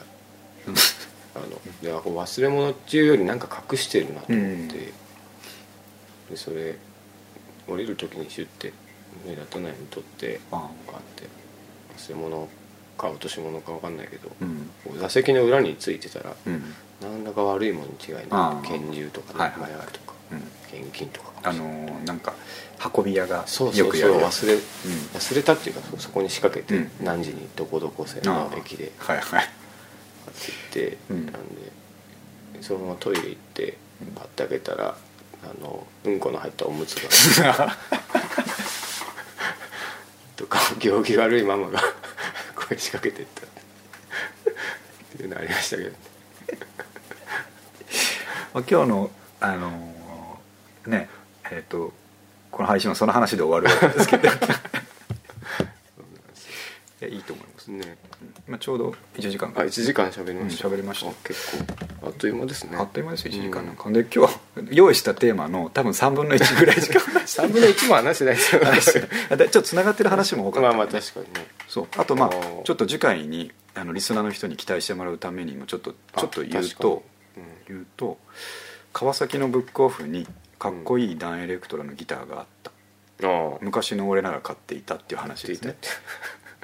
[SPEAKER 2] 外
[SPEAKER 1] (laughs)
[SPEAKER 2] あのであこれ忘れ物っていうよりなんか隠してるなと思って、
[SPEAKER 1] うん
[SPEAKER 2] でそれ降りる時にシュッて目立たないように取って
[SPEAKER 1] あ
[SPEAKER 2] バーンって忘れ物か落とし物か分かんないけど、
[SPEAKER 1] うん
[SPEAKER 2] こう座席の裏についてたら
[SPEAKER 1] うん
[SPEAKER 2] 何らか悪いものに違い
[SPEAKER 1] あ
[SPEAKER 2] な
[SPEAKER 1] ー
[SPEAKER 2] い拳銃とか、
[SPEAKER 1] はい
[SPEAKER 2] ね
[SPEAKER 1] はいはい
[SPEAKER 2] 麻薬とか
[SPEAKER 1] うん
[SPEAKER 2] 現金とか
[SPEAKER 1] あのーなんか運び屋が
[SPEAKER 2] そうそ
[SPEAKER 1] よ
[SPEAKER 2] う
[SPEAKER 1] く
[SPEAKER 2] そ
[SPEAKER 1] やる
[SPEAKER 2] う
[SPEAKER 1] やつ
[SPEAKER 2] 忘れ
[SPEAKER 1] うん
[SPEAKER 2] 忘れたっていうかそそこに仕掛け
[SPEAKER 1] う
[SPEAKER 2] て
[SPEAKER 1] ん
[SPEAKER 2] 何時にどこどこ線の駅で
[SPEAKER 1] ああはいはい
[SPEAKER 2] 買って
[SPEAKER 1] う
[SPEAKER 2] 言
[SPEAKER 1] ん
[SPEAKER 2] ってなんでそのままトイレ行ってパッて開けたらあのうんこの入ったおむつが
[SPEAKER 1] (laughs)
[SPEAKER 2] とか行儀悪いママが声仕掛けてったっていうのありましたけど
[SPEAKER 1] まあ、今日のあのーねえっ、とこの配信はその話で終わるわけです (laughs) けどいやいいと思います、
[SPEAKER 2] ね
[SPEAKER 1] まあ、ちょうど1時間
[SPEAKER 2] あ
[SPEAKER 1] か
[SPEAKER 2] 1時間喋りました
[SPEAKER 1] うん喋りました
[SPEAKER 2] あ結構あっという間ですね
[SPEAKER 1] あっという間ですよ1時間なんか、で今日用意したテーマの多分3分の1ぐらいしか
[SPEAKER 2] 3分の1も話してないですよ
[SPEAKER 1] 話
[SPEAKER 2] (laughs)
[SPEAKER 1] してないあでちょっとつながってる話も多かった、
[SPEAKER 2] まあまあ確かにね
[SPEAKER 1] そうあとまあ
[SPEAKER 2] あのー
[SPEAKER 1] ちょっと次回にあのリスナーの人に期待してもらうためにもちょっとちょっと言うと言うと川崎のブックオフにかっこいいダンエレクトラのギターがあった、
[SPEAKER 2] ああ
[SPEAKER 1] 昔の俺なら買っていたっていう話ですね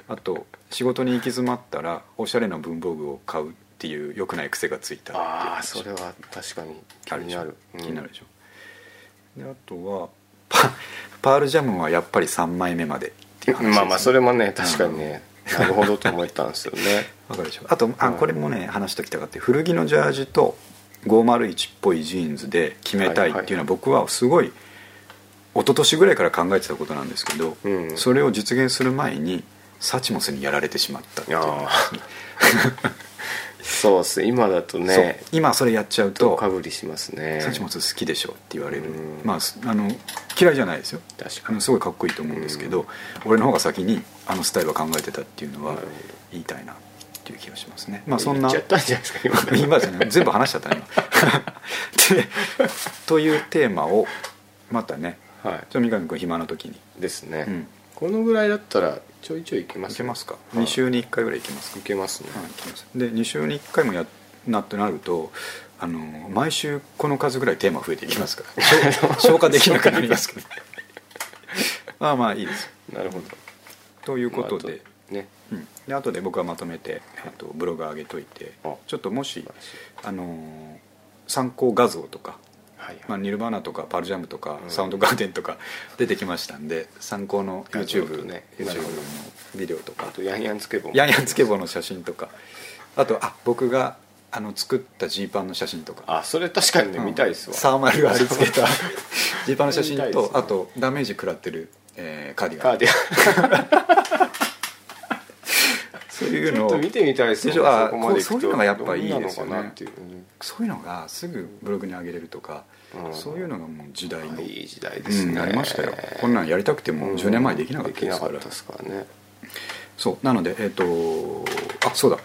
[SPEAKER 1] あと仕事に行き詰まったらおしゃれな文房具を買うっていう良くない癖がついたっていう
[SPEAKER 2] ああ
[SPEAKER 1] 話
[SPEAKER 2] それは確かに気
[SPEAKER 1] あるで
[SPEAKER 2] に
[SPEAKER 1] し
[SPEAKER 2] な
[SPEAKER 1] ょ
[SPEAKER 2] る
[SPEAKER 1] 気になるでしょ、であとはパ「パールジャムはやっぱり3枚目まで」っていう話
[SPEAKER 2] う
[SPEAKER 1] で
[SPEAKER 2] ん
[SPEAKER 1] す
[SPEAKER 2] まあまあそれもね確かにねなるほどと思ったんですよね
[SPEAKER 1] わかるでしょあとあこれもね話しときたかって古着のジャージと501っぽいジーンズで決めたいっていうのは僕はすごい一昨年ぐらいから考えてたことなんですけど、
[SPEAKER 2] うん
[SPEAKER 1] それを実現する前にサチモスにやられてしまった (laughs) っていう
[SPEAKER 2] ああ (laughs) そうっす今だ
[SPEAKER 1] そ
[SPEAKER 2] と
[SPEAKER 1] う
[SPEAKER 2] ね
[SPEAKER 1] 今それやっちゃう
[SPEAKER 2] ど
[SPEAKER 1] と
[SPEAKER 2] かぶりしますね
[SPEAKER 1] 「サチモス好きでしょ」って言われる、
[SPEAKER 2] うん
[SPEAKER 1] まあすあの嫌いじゃないですよ
[SPEAKER 2] 確
[SPEAKER 1] あ
[SPEAKER 2] か
[SPEAKER 1] の
[SPEAKER 2] に
[SPEAKER 1] すごいかっこいいと思うんですけど、俺の方が先にあのスタイルは考えてたっていうのは
[SPEAKER 2] なるほど
[SPEAKER 1] 言いたいなっていう気がしますねまあそんな
[SPEAKER 2] 言っちゃったんじゃないですか今
[SPEAKER 1] (laughs) 今じゃない全部話しちゃ (laughs) ったね今でというテーマをまたね
[SPEAKER 2] (laughs)
[SPEAKER 1] ち
[SPEAKER 2] は
[SPEAKER 1] ょっと三上君暇な時に
[SPEAKER 2] いですね、
[SPEAKER 1] うん
[SPEAKER 2] このぐらいだったらちょいちょいいけま
[SPEAKER 1] い
[SPEAKER 2] す
[SPEAKER 1] けますか
[SPEAKER 2] はい
[SPEAKER 1] 2週に1回ぐらいいけますか
[SPEAKER 2] いけますね、
[SPEAKER 1] はいいけますで2週に1回もやなってなるとあの毎週この数ぐらいテーマ増えていきますから消 (laughs) 消化できなくなりますけど (laughs) まあまあいいです
[SPEAKER 2] なるほど
[SPEAKER 1] ということ
[SPEAKER 2] ま
[SPEAKER 1] で、
[SPEAKER 2] ああとね
[SPEAKER 1] うん、で後で僕はまとめて、えっと、ブログ上げといて
[SPEAKER 2] あ
[SPEAKER 1] ちょっともし
[SPEAKER 2] 素晴らしい
[SPEAKER 1] あのー参考画像とか、
[SPEAKER 2] はいはい、
[SPEAKER 1] まあ、ニルバーナとかパルジャムとか、
[SPEAKER 2] うん
[SPEAKER 1] サウンドガーデンとか出てきましたんで参考の
[SPEAKER 2] 画像と
[SPEAKER 1] YouTube,、
[SPEAKER 2] ね
[SPEAKER 1] YouTube のビデオと
[SPEAKER 2] あ
[SPEAKER 1] か
[SPEAKER 2] とヤンヤンつけぼ
[SPEAKER 1] ヤンヤンつけ棒の写真とかあとあ僕があの作ったジーパンの写真とか
[SPEAKER 2] あそれ確かにね、見たいですわ
[SPEAKER 1] サーマルが貼り付け
[SPEAKER 2] (laughs)
[SPEAKER 1] たジーパンの写真
[SPEAKER 2] 見たいで
[SPEAKER 1] と、
[SPEAKER 2] すね
[SPEAKER 1] あとダメージ食らってる、えーカーディ
[SPEAKER 2] カ
[SPEAKER 1] ガ
[SPEAKER 2] ー
[SPEAKER 1] ン
[SPEAKER 2] ディ
[SPEAKER 1] そういう
[SPEAKER 2] ガンち
[SPEAKER 1] の
[SPEAKER 2] ょ
[SPEAKER 1] を
[SPEAKER 2] っと見てみたいです
[SPEAKER 1] でしょあ
[SPEAKER 2] そこまで行く
[SPEAKER 1] こう
[SPEAKER 2] と
[SPEAKER 1] そういうのがやっぱいいですよね
[SPEAKER 2] どんなのかなっていう
[SPEAKER 1] そういうのがすぐブログに上げれるとか、
[SPEAKER 2] うん
[SPEAKER 1] そういうのがもう時代
[SPEAKER 2] うん
[SPEAKER 1] の、
[SPEAKER 2] いい時代で
[SPEAKER 1] う
[SPEAKER 2] す
[SPEAKER 1] ん、
[SPEAKER 2] ね、
[SPEAKER 1] なりましたよこんなんやりたくても10年前できなかったで
[SPEAKER 2] で
[SPEAKER 1] す
[SPEAKER 2] きな
[SPEAKER 1] か
[SPEAKER 2] かっ
[SPEAKER 1] ら
[SPEAKER 2] たですからね
[SPEAKER 1] そうなのでえっ、とあそうだ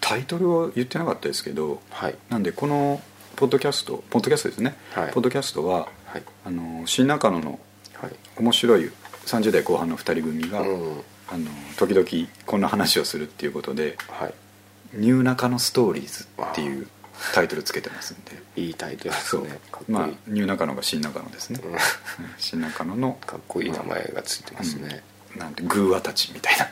[SPEAKER 1] タイトルを言ってなかったですけど
[SPEAKER 2] はい
[SPEAKER 1] なんでこのポッドキャストポッドキャストですね、
[SPEAKER 2] はい
[SPEAKER 1] ポッドキャストは
[SPEAKER 2] はい
[SPEAKER 1] あの新中野の
[SPEAKER 2] はい
[SPEAKER 1] 面白い30代後半の2人組が、
[SPEAKER 2] うん
[SPEAKER 1] あの時々こんな話をするっていうことで
[SPEAKER 2] は
[SPEAKER 1] 「ニューナカのストーリーズ」っていうタイトルつけてますんで
[SPEAKER 2] いいいタイトルです
[SPEAKER 1] そう、
[SPEAKER 2] ねかっこいい、
[SPEAKER 1] まあニュー中野が新中野ですね、
[SPEAKER 2] うん
[SPEAKER 1] 新中野の
[SPEAKER 2] かっこいい名前がついてますね、
[SPEAKER 1] なんて偶話たちみたいな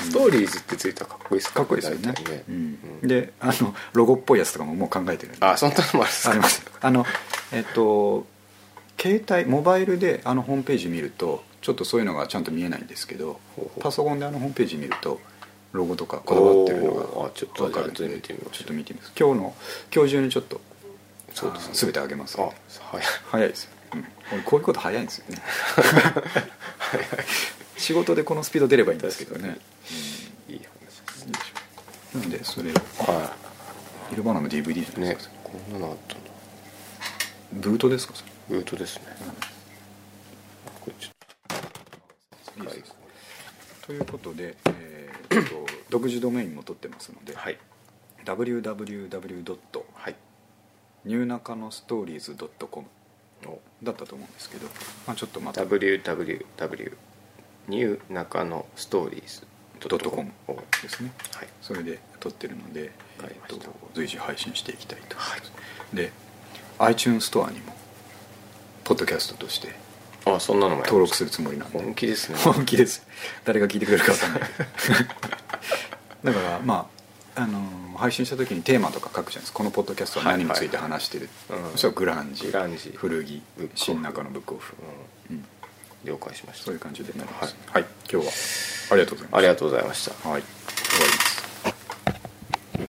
[SPEAKER 2] ストーリーズってつい (laughs) たらかっこいいです
[SPEAKER 1] かっこいいですよね
[SPEAKER 2] 大体ね
[SPEAKER 1] うん
[SPEAKER 2] うん
[SPEAKER 1] であのロゴっぽいやつとかももう考えてるんで
[SPEAKER 2] あそんなのもあるんです
[SPEAKER 1] あ
[SPEAKER 2] か
[SPEAKER 1] りますあのえっと携帯モバイルであのホームページ見るとちょっとそういうのがちゃんと見えないんですけど
[SPEAKER 2] ほうほう
[SPEAKER 1] パソコンであのホームページ見るとロゴとかこだわってるの
[SPEAKER 2] おー
[SPEAKER 1] が
[SPEAKER 2] あちょっと
[SPEAKER 1] 分かるん
[SPEAKER 2] じゃあ後で
[SPEAKER 1] でち
[SPEAKER 2] 見てみましょう
[SPEAKER 1] ょっと見てみます今日の今日中にちょっと
[SPEAKER 2] そうですね
[SPEAKER 1] 全てあげます
[SPEAKER 2] あ早い
[SPEAKER 1] 早いですよ、俺こういうこと早いんですよね仕事でこのスピード出ればいいんですけどね
[SPEAKER 2] いい話です
[SPEAKER 1] よいしょなのでそれ
[SPEAKER 2] は
[SPEAKER 1] イルバナの DVD じゃ
[SPEAKER 2] い
[SPEAKER 1] ない
[SPEAKER 2] ね
[SPEAKER 1] ですか、
[SPEAKER 2] こんなのあったの
[SPEAKER 1] ブートですかそれ
[SPEAKER 2] ブートですね、これちょっと
[SPEAKER 1] いいですということで、えーえっと独自ドメインも取ってますので、
[SPEAKER 2] はい
[SPEAKER 1] www.
[SPEAKER 2] はい
[SPEAKER 1] ニューナカのストーリーズ .com
[SPEAKER 2] お
[SPEAKER 1] だったと思うんですけど、まあ、ちょっとまた
[SPEAKER 2] www ニュー中野ストーリーズ
[SPEAKER 1] .com
[SPEAKER 2] を
[SPEAKER 1] ですね
[SPEAKER 2] はい
[SPEAKER 1] それで撮ってるので、え
[SPEAKER 2] わかり
[SPEAKER 1] ー
[SPEAKER 2] ま
[SPEAKER 1] と
[SPEAKER 2] した
[SPEAKER 1] 随時配信していきたいと思います、で iTunes ストアにもポッドキャストとして
[SPEAKER 2] あそんなのもやる
[SPEAKER 1] 登録するつもりなんで
[SPEAKER 2] 本
[SPEAKER 1] (laughs)
[SPEAKER 2] 気ですね
[SPEAKER 1] 本気です誰が聞いてくれるか分かんないだからまああの配信した時にテーマとか書くじゃないですかこのポッドキャストは何について話してる、
[SPEAKER 2] はいはいはいう
[SPEAKER 1] そ
[SPEAKER 2] ん
[SPEAKER 1] したらグランジ
[SPEAKER 2] グランジ
[SPEAKER 1] 古着
[SPEAKER 2] ブックオフ
[SPEAKER 1] 新中のブックオフ、うん
[SPEAKER 2] 了解しまし
[SPEAKER 1] そ
[SPEAKER 2] た
[SPEAKER 1] ういう感じでなります、はい今日はありがとうございます
[SPEAKER 2] ありがとうございました
[SPEAKER 1] はい